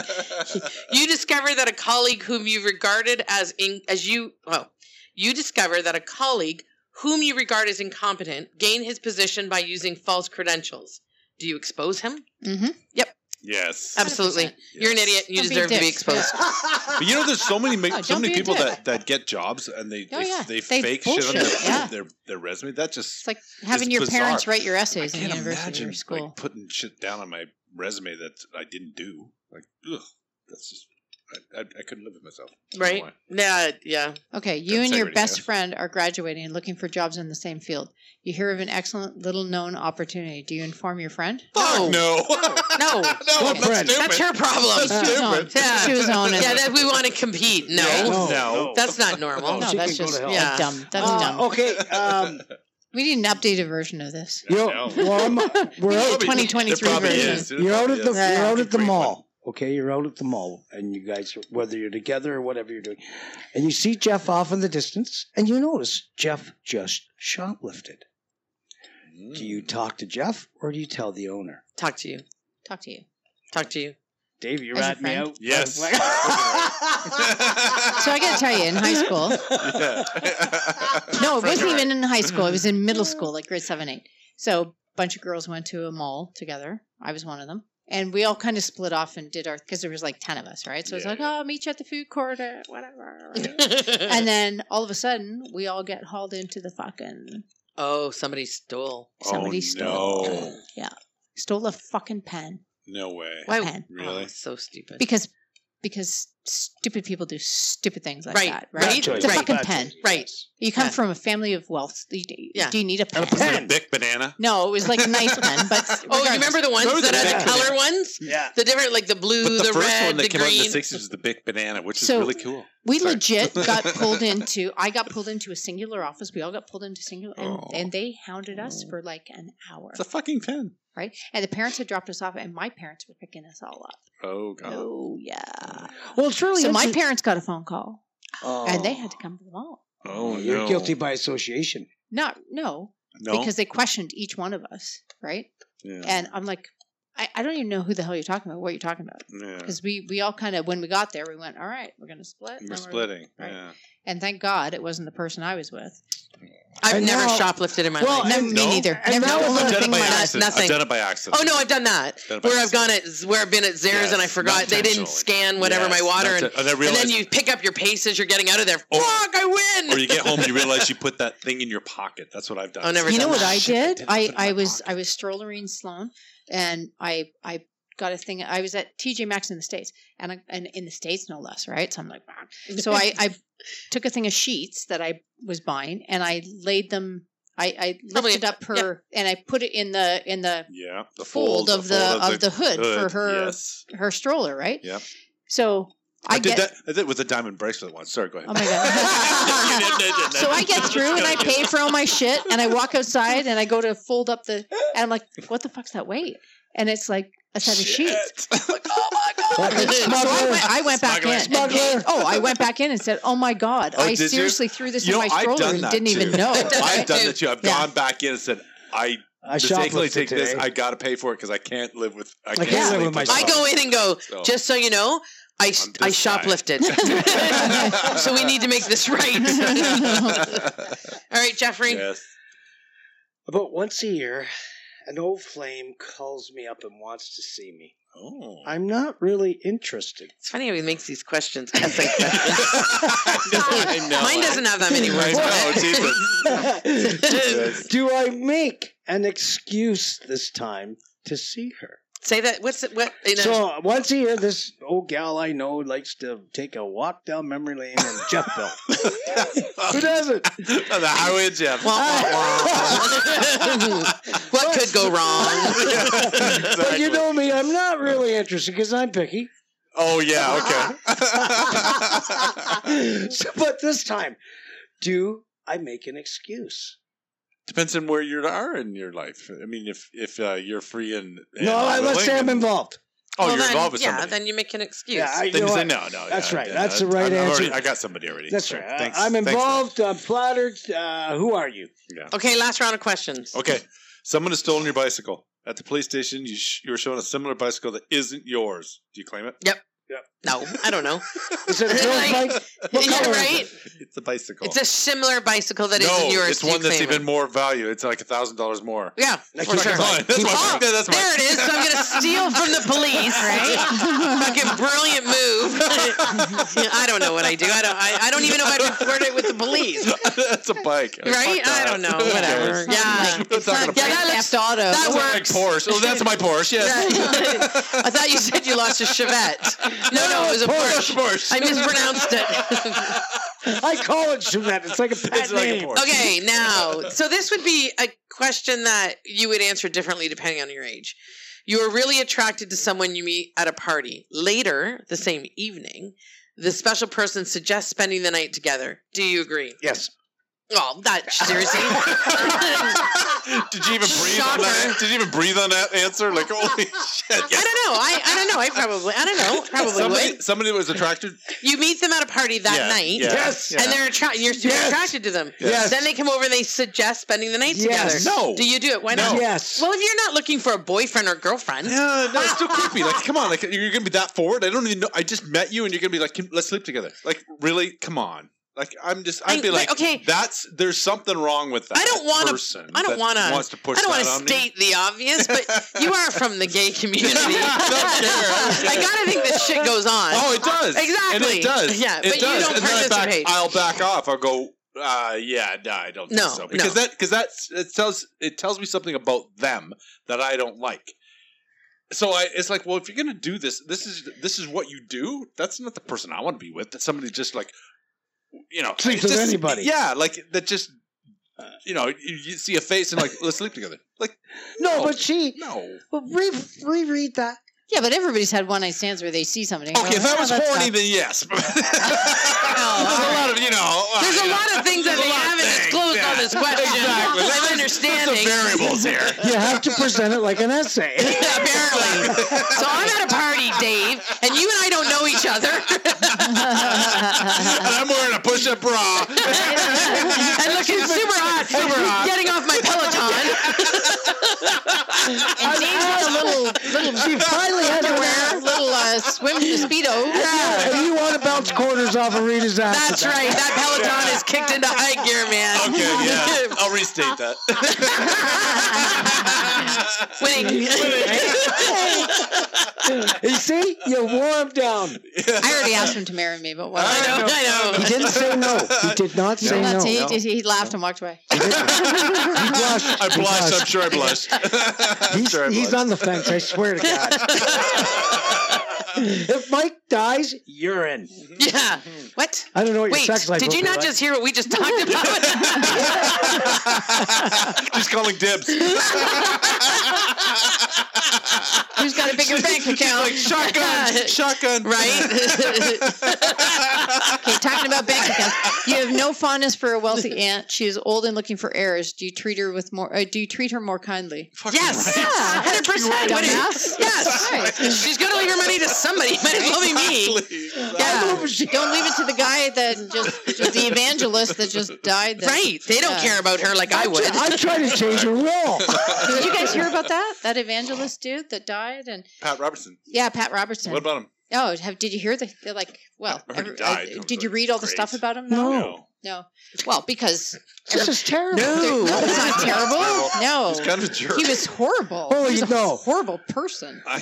B: You discover that a colleague whom you regarded as in, as you oh, you discover that a colleague whom you regard as incompetent gained his position by using false credentials. Do you expose him?
A: hmm
C: *laughs* yes.
B: Absolutely. You're an
C: Yes.
B: idiot. You
A: Don't be a
B: deserve to be
A: dick.
B: exposed.
C: But you know, there's so
A: *laughs*
C: many ma-
A: Oh,
C: so
A: don't
C: many
A: be a
C: people
A: dick.
C: that, that get jobs and they
A: Oh,
C: they,
A: yeah.
C: they,
A: They
C: fake shit on their,
A: bullshit, yeah.
C: their their resume. That just
A: It's like having
C: It's
A: your
C: bizarre.
A: parents write your
C: I
A: essays in
C: can't
A: university
C: imagine
A: or school.
C: like putting shit down on my resume that I didn't do. Like, ugh, that's just I, I, I couldn't live with myself. No
B: Right?
C: way.
B: Yeah, yeah.
A: okay, you and your
C: Integrity,
A: best
C: yes.
A: friend are graduating and looking for jobs in the same field. You hear of an excellent little known opportunity. Do you inform your friend?
B: No.
C: Fuck *laughs* no.
A: *laughs*
B: No.
C: no,
A: Good
C: that's
D: friend.
C: stupid.
B: That's her problem.
C: That's
A: Choose
C: stupid.
A: own. Choose own.
B: Yeah, that we want to compete. *laughs* No.
C: Yeah.
D: No.
C: No.
B: That's not normal.
D: Oh,
A: no,
D: she
A: that's
D: can go
A: just
D: to hell.
A: yeah. dumb. That's
B: Oh.
D: Uh,
A: dumb.
D: Okay,
C: *laughs*
D: um,
A: We need an updated version of this.
C: I
D: you're,
C: know.
D: well,
C: *laughs*
D: I'm, we're
A: There
D: out,
C: Probably-
A: 2023
C: there probably
A: version.
C: is. There
D: you're out
C: probably
D: at the
C: is.
D: you're out at the
C: Great
D: mall. Okay, you're out at the mall, and you guys, are- whether you're together or whatever you're doing, and you see Jeff off in the distance, and you notice Jeff just shoplifted.
C: *laughs* one.
D: Do you talk to Jeff or do you tell the owner?
B: Talk to you.
A: Talk to you.
B: Talk to you.
D: Dave, you're
A: As a
D: ratting me
A: friend?
D: out.
C: Yes.
D: *laughs* so
A: So I
D: I
A: got to tell you, in high
B: *laughs*
C: *laughs*
A: school,
C: Yeah.
A: no, it
C: Friends
A: wasn't
C: are
A: even in high school. It was in middle
B: Mm-hmm.
A: school, like grade seven, eight. So a bunch of girls went to a mall together. I was one of them. And we all kind of split off and did our, because there was like 10 of us, right? So it's
C: Yeah,
A: like, oh, meet you at the food court or whatever.
B: *laughs* and
A: and then all of a sudden, we all get hauled into the fucking,
B: oh, somebody stole.
A: somebody
C: oh,
A: stole.
C: No.
A: stole a fucking pen.
C: no way.
B: Why?
A: pen.
C: Really?
B: Oh, so stupid.
A: Because, because stupid people do stupid things like
B: Right,
A: that, right?
B: right,
A: It's a
B: right.
A: fucking pen.
B: Right.
A: You come
B: Yeah.
A: from a family of wealth. Do you,
B: Yeah.
A: do you need a pen?
D: And a pen.
C: Is it a big banana?
A: No, it was like a nice pen, but
B: *laughs* Oh, you remember the ones
C: Those
B: that
C: are
B: had the
D: big
B: color ones?
D: Yeah.
B: The different, like the blue,
C: But the,
B: the,
C: first
B: red,
C: one that
B: the
C: came out in
B: green.
C: the '60s was the Big Banana, which is
A: So-
C: really cool.
A: we
C: Sorry.
A: legit
C: *laughs*
A: got pulled into. I got pulled into a singular office. We all got pulled into singular, and,
C: Oh.
A: and they hounded us for like an hour,
C: It's a fucking pen.
A: right? And the parents had dropped us off, and my parents were picking us all up.
C: Oh god.
A: Oh yeah.
D: Well, truly,
A: So my parents got a phone call,
D: oh,
A: and they had to come to the mall.
C: Oh
D: You're
C: no.
D: guilty by association.
A: Not no,
C: No.
A: because they questioned each one of us, right?
C: yeah.
A: And I'm like, I, I don't even know who the hell you're talking about. What you're talking about.
C: Yeah.
A: because we we all kind of when we got there we went all right we're gonna split and
C: We're
A: we're-
C: splitting.
A: right.
C: Yeah.
A: and thank god it wasn't the person i was with
B: I've
D: And
B: never
D: now-
B: shoplifted in my
D: Well,
B: life.
A: no,
D: and-
A: me
C: no.
A: neither
D: And
A: never
D: that was
A: one
C: I've done it
A: thing
C: by
A: in my life.
C: accident.
B: nothing.
C: I've done it by accident.
B: Oh no, I've done that.
C: Done it by
B: Where I've
C: accident.
B: gone at where I've been at Zares and I
C: Yes,
B: forgot they didn't
C: intentionally.
B: scan whatever
C: Yes,
B: my water
C: that's
B: and,
C: it. and I
B: and
C: realized,
B: then you pick up your pace as you're getting out of there.
C: Or-
B: Fuck, I win.
C: *laughs* or you get
B: *laughs*
C: home, you *laughs* realize you put that thing in your pocket. That's what I've done.
B: I've never
A: you know
B: done
A: what
B: that.
A: i did i
C: Shit,
A: i was i was strollering sloan and i i got a thing i was at tj maxx in the states and I, and in the states no less right so i'm like "Ah." so i i took a thing of sheets that i was buying and i laid them I, I
B: Probably-
A: lifted up her and I put it in the in the
C: Yeah, the
A: fold, of the,
C: fold
A: of the, hood, for her
C: Yes,
A: her stroller, right?
C: Yep.
A: So
C: I,
A: I, get
C: did that. I did it with a diamond bracelet once. Sorry, go ahead.
A: oh my
B: *laughs*
A: god. *laughs* So I get through
C: *laughs*
A: and I pay for all my shit and I walk outside and I go to fold up the and I'm like, what the fuck's that weight? And it's like a set of sheets.
C: *laughs*
A: Oh my god!
D: Fucking
A: so I
D: smuggler.
A: went, I went back
C: Smuggler,
A: in.
D: smuggler.
A: Oh, I went back in and said, "Oh my god!
C: Oh,
A: I
C: did you?
A: seriously threw this
C: You know,
A: in my
C: I've
A: stroller
C: done
A: and
C: that
A: didn't even
C: too.
A: know."
C: I've
B: Right?
C: done that too. I've
A: Yeah.
C: gone back in and said, I
D: I
C: mistakenly
D: shoplifted
C: take
D: today.
C: this. I gotta pay for it because I can't live with. I can't,
A: can't
C: sleep
D: live with my
B: I go in and go,
C: So- *laughs*
B: just *laughs* so you know, I, s- I
C: this guy."
B: shoplifted.
C: *laughs*
B: so we need to make this right. *laughs* All right, Jeffrey.
C: yes.
D: About once a year, an old flame calls me up and wants to see me. *laughs*
C: Oh.
D: I'm not really interested.
B: It's funny how he makes these questions.
C: *laughs*
B: essay questions.
C: I know.
B: Mine doesn't have that many
C: I
B: words.
C: know,
B: in it. *laughs*
C: Jesus.
D: *laughs* Do I make an excuse this time to see her?
B: Say that. What's it? What? In a,
D: So once a year, this old gal I know likes to take a walk down memory lane and
C: *laughs*
D: jump belt. Who doesn't?
C: On the highway of Jeff.
B: Wah, wah, *laughs* wah. what could go
C: Oh,
B: wrong?
D: *laughs* But you know me, I'm not really interested because I'm picky.
C: *laughs* Oh yeah. Okay.
D: So, *laughs* but this time, do I make an excuse?
C: Depends on where you are in your life. I mean, if if uh, you're free and, and
D: no, I, let's
C: willing
D: say I'm
C: and-
D: involved.
C: Oh,
B: Well,
C: you're
B: then,
C: involved with
B: yeah,
C: somebody.
B: then you make an excuse.
D: Yeah, I, you
C: then
D: know
C: you say
D: what?
C: no, no.
D: That's
C: yeah,
D: right.
C: yeah,
D: That's the right
C: I'm
D: answer.
C: Already, I got somebody already.
D: That's
C: So,
D: right. I-
C: thanks-
D: I'm
C: thanks, Bill.
D: involved. I'm flattered. Uh, who are you?
B: Okay, last round of questions.
C: Okay. Someone has stolen your bicycle. At the police station, you, sh- you were shown a similar bicycle that isn't yours. Do you claim it?
B: No, I don't know.
D: Is it a girl's
B: Like- *laughs*
D: bike?
B: Yeah,
D: What color is
B: right?
D: it?
C: It's a bicycle.
B: It's a similar bicycle that
C: no,
B: not yours.
C: it's
B: Do
C: one
B: you
C: that's
B: claim
C: even
B: it?
C: more value. It's like a thousand dollars more.
B: Yeah,
D: Like,
B: for
D: keep
B: sure.
D: it on.
C: *laughs* That's why.
B: Oh,
C: that's why.
B: *laughs* There it is. So I'm going to steal from the
C: *laughs*
B: police, right? Fucking brilliant move. *laughs*
C: *laughs*
B: I don't know what I do. I don't. I, I don't even know if I'd report it with the police.
C: *laughs* that's a bike.
B: Right?
C: Fuck
B: I
C: that.
B: don't know.
C: Who cares?
B: Whatever. Yeah.
C: It's not gonna
B: Yeah,
C: break.
B: that looks.
A: Theft auto.
B: that
C: That's a big
B: works.
C: Porsche. Oh, that's my Porsche. Yes. *laughs*
B: I thought you said you lost a Chevette. No, no, it was a
C: That's a
B: Porsche.
C: Porsche.
B: I
C: *laughs*
B: mispronounced it. *laughs*
D: I call it Chevette. It's like a pet
C: It's like a
D: name.
B: *laughs*
C: Porsche.
B: okay, now, so this would be a question that you would answer differently depending on your age. You are really attracted to someone you meet at a party. Later, the same evening, the special person suggests spending the night together. Do you agree?
D: yes.
B: Oh,
C: *laughs*
B: that seriously.
C: *laughs* Did you even breathe on that? Did you even breathe on that answer? Like,
B: *laughs*
C: holy shit.
B: I don't know. I, I don't know. I probably I don't
C: *laughs*
B: know. Probably
C: Somebody,
B: would.
C: somebody that was attracted
B: You meet them at a party that
C: Yeah,
B: night.
C: yeah,
D: Yes.
C: yeah.
B: And they're attracted. You're super
D: Yes.
B: attracted to them.
D: Yes.
B: Then they come over and they suggest spending the night together.
D: Yes.
C: No.
B: Do you do it? Why not?
C: No.
D: Yes.
B: Well, if you're not looking for a boyfriend or girlfriend,
C: Yeah, no, it's still creepy. Like, come on, like you're gonna be that forward. I don't even know. I just met you, and you're gonna be like, "Can- let's sleep together. Like, really? Come on. Like, I'm just. I'd
B: I-
C: be
B: but,
C: like,
B: okay.
C: that's there's something wrong with that.
B: I don't wanna-
C: person
B: I don't
C: that
B: wanna-
C: Wants to push.
B: I don't want
C: want
B: to state the obvious, but you are from the gay community.
C: *laughs* No,
B: I gotta think this shit goes on.
C: Oh, it does. And
B: Exactly.
C: it does.
B: Yeah,
C: It
B: but you
C: does.
B: don't
C: And then I back-
B: participate.
C: I'll back off. I'll go. Uh, yeah, no, I don't think
B: No,
C: so.
B: no.
C: Because that because that's it tells it tells me something about them that I don't like. So I, it's like, well, if you're gonna do this, this is this is what you do. That's not the person I want to be with. That's somebody just like, you know,
D: Sleeps
C: it's
D: with
C: just-
D: anybody.
C: Yeah, like that. Just you know, you, you see a face and like, let's sleep together. Like, Oh.
D: No, but she.
C: no.
D: Well, re- reread that.
A: *laughs* Yeah, but everybody's had one night stands where they see something. and go,
C: Okay, if that
A: "Oh,
C: was
A: that's
C: horny,
A: not-"
C: then yes. There's a lot of you know.
B: There's a lot of things that
C: There's
B: they
C: a lot of
B: haven't
C: things,
B: disclosed
C: yeah.
B: on this question.
C: Exactly.
B: I'm
C: There's-
B: understanding.
C: There's some variables here.
B: *laughs*
D: You have to present it like an essay.
B: Apparently. So I'm at a party, Dave, and you and I don't know each
C: *laughs*
B: other.
C: *laughs* and I'm wearing a push-up bra.
A: *laughs*
B: and looking super hot,
C: Super hot.
B: getting off my
C: *laughs*
B: Peloton.
A: And Dave's got a little little
D: she finally has
A: underwear,
D: an
A: little uh, swim speedo.
D: ass. And you want to bounce quarters off of Rita's ass.
B: That's right. That Peloton is kicked into high gear, man.
C: Okay, *laughs* yeah. I'll restate *laughs* that.
B: *laughs* Winning.
D: *laughs* You see? You wore him down.
A: I already asked him to marry me, but what?
B: I know. I know.
D: He didn't say no. He did not say
A: Not-
D: no.
A: he, he, he laughed and walked away.
D: He blushed.
C: I
D: He
C: blushed. I'm
D: blushed.
C: sure I blushed. *laughs* I'm
D: He's,
C: sure I
D: he's
C: blushed.
D: on the fence, I swear to God. if Mike dies, urine.
C: *laughs*
B: Yeah. What?
D: I don't know what
B: Wait,
D: your sex life
B: did
D: will
B: you
D: be
B: not
D: like.
B: just hear what we just talked
C: *laughs* Just calling dibs.
B: Who's got a bigger bank account?
C: Like shotgun, shotgun,
B: Right?
A: *laughs* Okay, talking about bank accounts, you have no fondness for a
C: *laughs*
A: wealthy aunt. She is old and looking for heirs. Do you treat her with more? Uh, do you treat her more kindly?
B: Yes, hundred percent. What is?
A: dumbass.
B: Yes,
A: Right.
B: she's gonna leave her money to somebody. Might as well be me.
A: Yeah.
D: I love you.
A: Don't leave it to the guy that just the evangelist that just died. That,
B: Right? They don't
A: Yeah.
B: care about her like I would.
D: I try to change your will.
A: Did you guys hear about
C: *laughs*
A: that? That evangelist dude that died, and
C: Pat Robertson.
A: yeah, Pat Robertson.
C: What about him?
A: oh, have, did you hear the? They're like, well,
C: I heard he
A: every-
C: died.
A: I-
C: It was
A: did you
C: like,
A: read all the
C: great.
A: stuff about him?
D: No.
A: no. Well, because
D: This is terrible.
B: No.
A: No, it's not terrible.
C: Well,
A: No,
C: He's kind of a jerk.
A: he was horrible.
D: Oh,
A: he was
D: you
A: a
D: know.
A: horrible person.
C: I,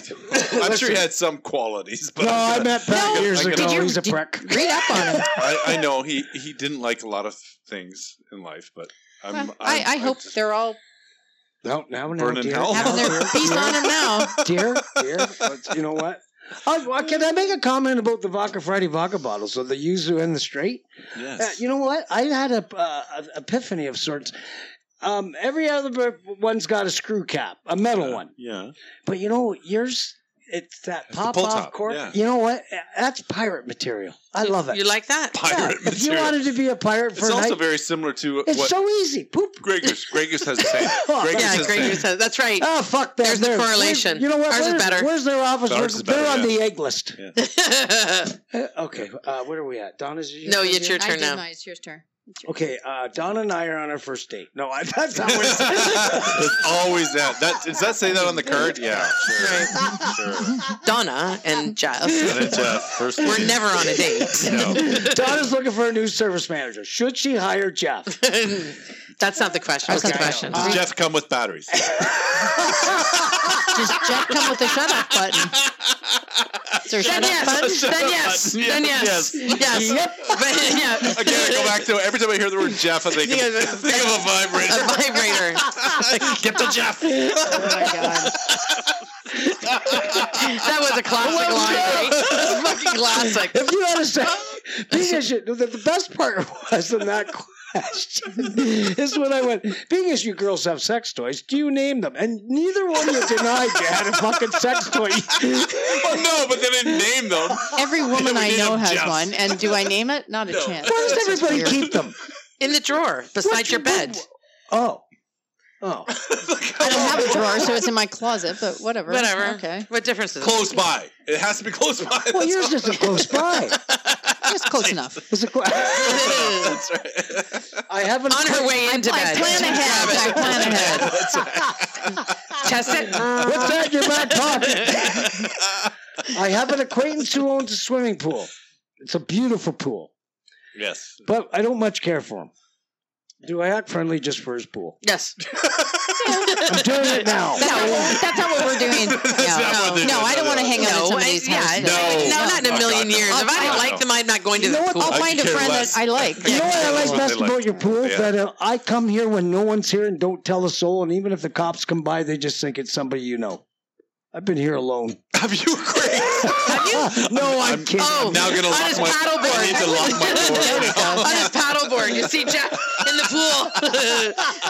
C: am sure he had some qualities, but
D: No, I
C: I'm gonna-
D: met Pat
A: No,
D: years
C: I
D: ago.
C: can-
A: you-
D: He's a
A: did-
D: prick.
A: Read up on him.
C: I, I know he he didn't like a lot of things in life, but I'm,
A: Well,
C: I'm,
A: I, I
C: I'm
A: hope
C: just- Oh,
A: they're all
D: No, now, now,
C: Burning
D: dear,
C: hell.
D: now,
A: having their
D: dear,
A: peace
D: dear,
A: on him
C: *laughs*
A: now.
D: dear, dear, but you know what? I, well, can I make a comment about the Vodka Friday vodka bottles, so the yuzu and the straight?
C: Yes.
D: Uh, you know what? I had a uh, an epiphany of sorts. Um, every other one's got a screw cap, a metal
C: Yeah.
D: one,
C: Uh, Yeah.
D: but you know yours. It's that
C: It's the
D: pop
C: pull
D: off
C: top,
D: cork.
C: yeah.
D: You know what? That's pirate material. I love it.
B: You like that?
D: Yeah,
C: Pirate
D: If you
C: material.
D: wanted to be a pirate for
C: It's
D: a night,
C: also very similar to
D: it's
C: what
D: so easy. Poop.
C: Grey Goose. Grey Goose has the
D: *laughs*
C: same.
D: Oh,
C: Grey Goose
B: Yeah,
C: has
B: great.
C: the
B: you
C: same.
B: said- That's right.
D: Oh fuck them.
B: There's the
D: They're-
B: correlation.
D: You know what?
B: Ours is
D: where's,
B: better.
D: Where's their office?
C: Ours is
D: They're
C: better,
D: on the egg list. Uh, okay, uh, where are we at? Donna, is
B: *laughs*
C: Oh,
B: no, it's your
A: I
B: turn
A: did
B: now.
A: mine. It's your turn. It's your
D: Okay, uh, Donna and I are on our first date. No, I,
C: *laughs*
D: that's not what it says.
C: it's always that. That does that say that on the card? Yeah.
B: Right.
C: Sure. sure.
B: Donna and Jeff.
C: And it's, uh, first
B: We're
C: name.
B: never on a date. *laughs*
C: No.
D: Donna's looking for a new service manager. Should she hire Jeff?
B: *laughs* That's not the question. That's not the
D: Okay.
B: question.
C: *laughs*
D: Uh,
C: Does Jeff come with batteries?
A: Does Jeff come with a shut off
C: *laughs*
A: button? Is there a shut
B: Then
A: off button?
B: yes. Then yes. Then yes. Yes.
D: Yep.
B: But, yeah.
C: Again, I go back to every time I hear the word Jeff, I think, of-
B: Yeah,
C: think of a
B: A *laughs*
C: vibrator.
B: vibrator.
C: Get the Jeff.
A: Oh my god!
B: That was a classic line. Right? That was fucking classic.
D: If you had a se- being a shit, the, the best part was in that question is when I went, being as you girls have sex toys, do you name them? And neither one of you denied you had a fucking sex toy.
C: Well, no, but they didn't name them.
B: *laughs*
A: Every woman
C: we
A: I
C: need
A: know
C: a
A: has
C: Jeff.
A: one, and do I name it? Not a
C: No.
A: chance.
D: Why
A: This
D: does
A: is
D: everybody
A: weird.
D: keep them?
B: In the drawer beside
D: What
B: your
D: you-
B: bed.
D: Oh. Oh.
A: I don't have a drawer, so it's in my closet. But whatever.
B: Whatever.
A: Okay.
B: What difference does it
C: Close by. It has to be close by.
D: Well,
C: That's
D: yours
C: all.
D: isn't close by.
A: Just close *laughs* enough.
D: It's a qu-
B: make?
C: That's right.
D: I haven't.
B: On her way into
A: I
B: bed.
A: plan ahead. I plan
B: *laughs*
A: ahead.
C: That's right.
B: Test it.
D: What's that in your back pocket? I have an acquaintance who owns a swimming pool. It's a beautiful pool,
C: Yes.
D: but I don't much care for him. Do I act friendly just for his pool?
B: Yes.
D: I'm doing it now.
A: That's not, what- that's not what we're
B: *laughs*
A: doing. no,
C: That's not what
A: no,
C: they're doing.
A: I don't want to hang out
B: No,
A: at
B: I-
A: somebody's
B: yeah,
A: house.
B: no.
C: No.
B: No, not in a
C: Oh,
B: million
C: God, no.
B: years. If I don't
A: I'll-
B: like them, I'm not going to
D: You
B: the
D: know what?
B: pool.
A: I'll
C: I
A: find a
C: care
A: friend
C: less.
A: that I like.
D: You know what I
C: That's
D: like
C: what
D: best
C: they like.
D: about your pool?
C: Yeah.
D: That uh, I come here when no one's here and don't tell a soul, and even if the cops come by, they just think it's somebody you know. I've been here alone.
C: *laughs* Have you agreed?
D: *laughs* no, I'm,
C: I'm-
D: kidding.
B: Oh,
C: now gonna
B: on
C: lock
B: his
C: my-
B: paddleboard.
C: I need to lock my *laughs* door
B: There we *laughs*
C: now.
B: go. on his paddleboard. You see Jack in the pool.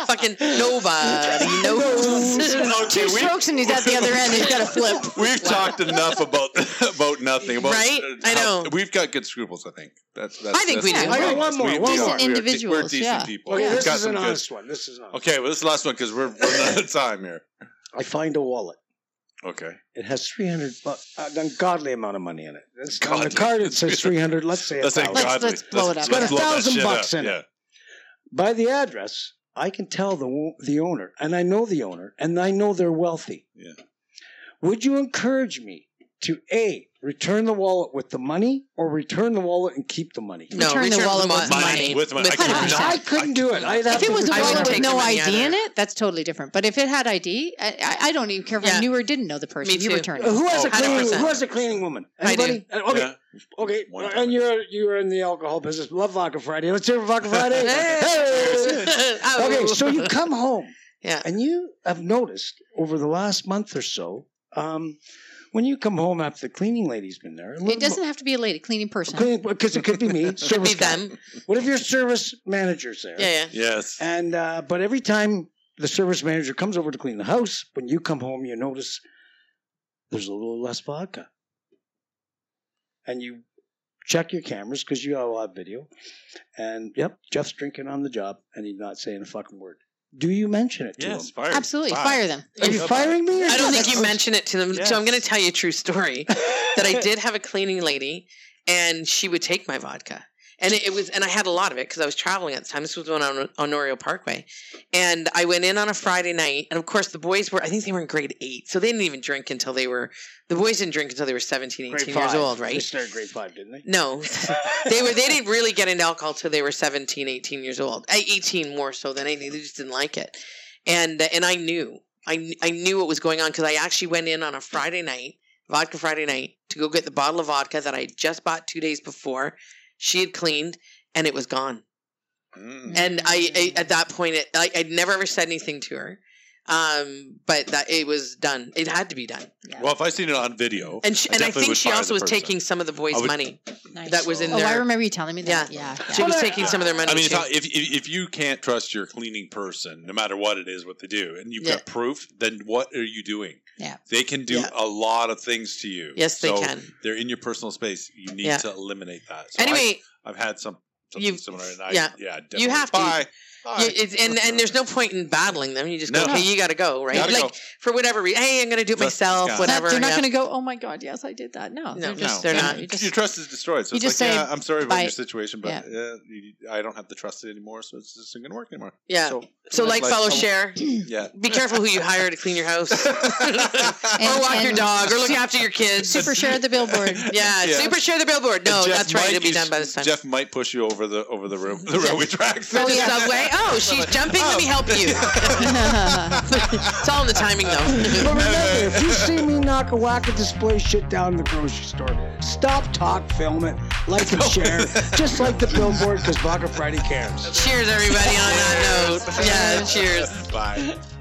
B: Fucking nobody *laughs* knows.
C: Okay,
A: Two strokes and he's at the other end. He's got a flip.
C: We've talked enough about *laughs* about nothing. About,
B: Right? I
C: how-
B: know.
C: we've got good scruples. I think that's. that's
B: I think
C: that's
B: we
C: the
B: do.
C: problem.
D: I got one more,
C: We-
D: one
C: we
D: more.
A: Decent
C: are- we're de- We're,
A: individuals,
C: decent
A: yeah.
C: people.
D: *laughs* Okay,
A: Yeah.
C: We've
D: this
C: got
D: is
C: some
D: an
C: good.
D: honest one. This is an honest.
C: Okay, well, this is the last one because we're running out of time here.
D: I find a wallet.
C: Okay.
D: It has 300 bucks, uh, an ungodly amount of money in it. It's on the
C: Godly.
D: card, it says 300. Let's say a
C: That's
D: thousand.
A: Let's- God.
C: ungodly.
A: let's blow it up.
D: It's got a
C: blow that
D: thousand
C: shit
D: bucks
C: up,
D: in it.
C: yeah.
D: By the address, I can tell the wo- the owner, and I know the owner, and I know they're wealthy.
C: Yeah.
D: Would you encourage me to a return the wallet with the money, or return the wallet and keep the money?
B: No,
A: Return the wallet with
B: mo-
A: money.
C: With money. I
D: I,
C: could
B: money.
C: not-
D: I couldn't do it. I'd have
A: *laughs* If it
D: to
A: was a
B: I
D: return
A: wallet
B: wouldn't
D: it.
A: with
B: take
A: no
B: them any
A: ID
B: other.
A: in it, that's totally different. But if it had ID, I, I, I don't even care if
B: Yeah.
A: I knew or didn't know the person.
B: Me
A: You
B: too.
A: return
D: Uh,
A: it.
D: Who has a
B: Oh,
D: cleaning?
B: 100%.
D: Who has a cleaning woman?
B: I do.
D: Anybody? Uh, Okay,
C: Yeah.
D: okay.
C: One
D: and
C: woman.
D: you're you're in the alcohol business. Love Vodka Friday. Let's hear
C: *laughs*
D: for Vodka Friday.
B: Hey.
D: Hey.
B: *laughs* Oh.
D: Okay, so you come home
B: Yeah.
D: and you have noticed over the last month or so, um, When you come home after the cleaning lady's been there,
B: Mm-hmm.
A: It doesn't have to be a lady, cleaning person.
D: because it could be
B: *laughs*
D: me.
B: Could
D: service
B: be
D: guy.
B: them.
D: What if your service manager's there?
B: Yeah, yeah.
C: Yes.
D: And uh, but every time the service manager comes over to clean the house, when you come home, you notice there's a little less vodka, and you check your cameras because you have a lot of video. And yep, Jeff's drinking on the job, and he's not saying a fucking word. Do you mention it to
C: Yes.
D: him?
C: Fire.
A: Absolutely, fire them.
D: Are you
C: Okay.
D: firing me? Or
B: I don't
D: not?
B: think you mentioned it to them.
C: Yes.
B: So I'm going to tell you a true story that
D: *laughs*
B: I did have a cleaning lady, and she would take my vodka, and it, it was, and I had a lot of it because I was traveling at the time. This was when on Honorio Parkway, and I went in on a Friday night, and of course the boys were, I think they were in grade eight, so they didn't even drink until they were, the boys didn't drink until they were 17, 18 years old,
D: They
B: right?
D: started grade five, didn't they?
B: No, *laughs* they were they didn't really get into alcohol till they were 17 18 years old Eh, 18 more so than anything they just didn't like it and and i knew i, kn- I knew what was going on because i actually went in on a friday night vodka friday night to go get the bottle of vodka that i had just bought two days before she had cleaned and it was gone
C: Mm.
B: and I, I at that point it, I, i'd never ever said anything to her um but that it was done it had to be done
A: Yeah.
C: Well, if I seen it on video,
B: and she, and i
C: definitely
B: think
C: would
B: she
C: fire
B: also
C: the
B: was
C: person.
B: taking some of the boys
C: I would-
B: money
A: Nice.
B: that was in
A: Oh, I
B: there.
A: remember you telling me that. Yeah, yeah.
B: she was
D: Well, I-
B: taking some of their money
C: I mean, if,
B: too.
C: if, if if you can't trust your cleaning person, no matter what it is, what they do, and you've
B: Yeah.
C: got proof, then what are you doing?
A: Yeah.
C: They can do
B: Yeah.
C: a lot of things to you.
B: Yes, they
C: So
B: can.
C: They're in your personal space. You need
B: Yeah.
C: to eliminate that. So
B: Anyway,
C: I, have had some something
B: You've-
C: similar, and I, yeah,
B: yeah.
C: definitely.
B: have to.
C: Bye. Bye.
B: you, it's, and and there's no point in battling them. You just go,
C: No.
B: okay, you got to go, right?
C: Gotta
B: like
C: go.
B: for whatever reason, hey, I'm going to do it
C: Let-
B: myself,
C: yeah.
B: whatever.
A: they're not
B: yeah.
A: going to go. Oh my god, yes, I did that. No,
B: No,
A: they're
B: no,
A: just,
B: they're
A: yeah,
B: not.
A: you
C: Your
A: just-
C: trust is destroyed. So
A: you
C: it's
A: just
C: like,
A: say,
C: yeah, I'm sorry about your
A: "Bye."
C: situation, but
A: Yeah.
C: uh, you, I don't have the trust anymore, so it's just not going to work
B: *laughs*
C: anymore.
B: Yeah.
C: So,
B: So
C: that's
B: like, follow
C: I-
B: share.
C: Yeah.
B: Be careful who you hire to clean your
A: *laughs*
B: house, or
C: *laughs* Oh,
B: walk your
A: and-
B: dog, or look after your kids.
A: super share
B: *laughs*
A: the billboard. *laughs*
B: yeah,
C: Yeah.
B: super share the billboard. No,
C: Jeff
B: that's right.
C: might
B: It'll be
C: use-
B: done by this time.
C: Jeff might push you over the over the road the railway tracks.
B: For the
C: *laughs*
B: subway. Oh, she's jumping. Let me help you. it's all in the timing,
C: *laughs*
D: But
B: though.
D: remember, if you see me knock a whack of display shit down in the grocery store, stop, talk, film it, like and share, just like the billboard, because Vodka Friday cares.
B: cheers, everybody. On that note, yeah, cheers.
C: Bye.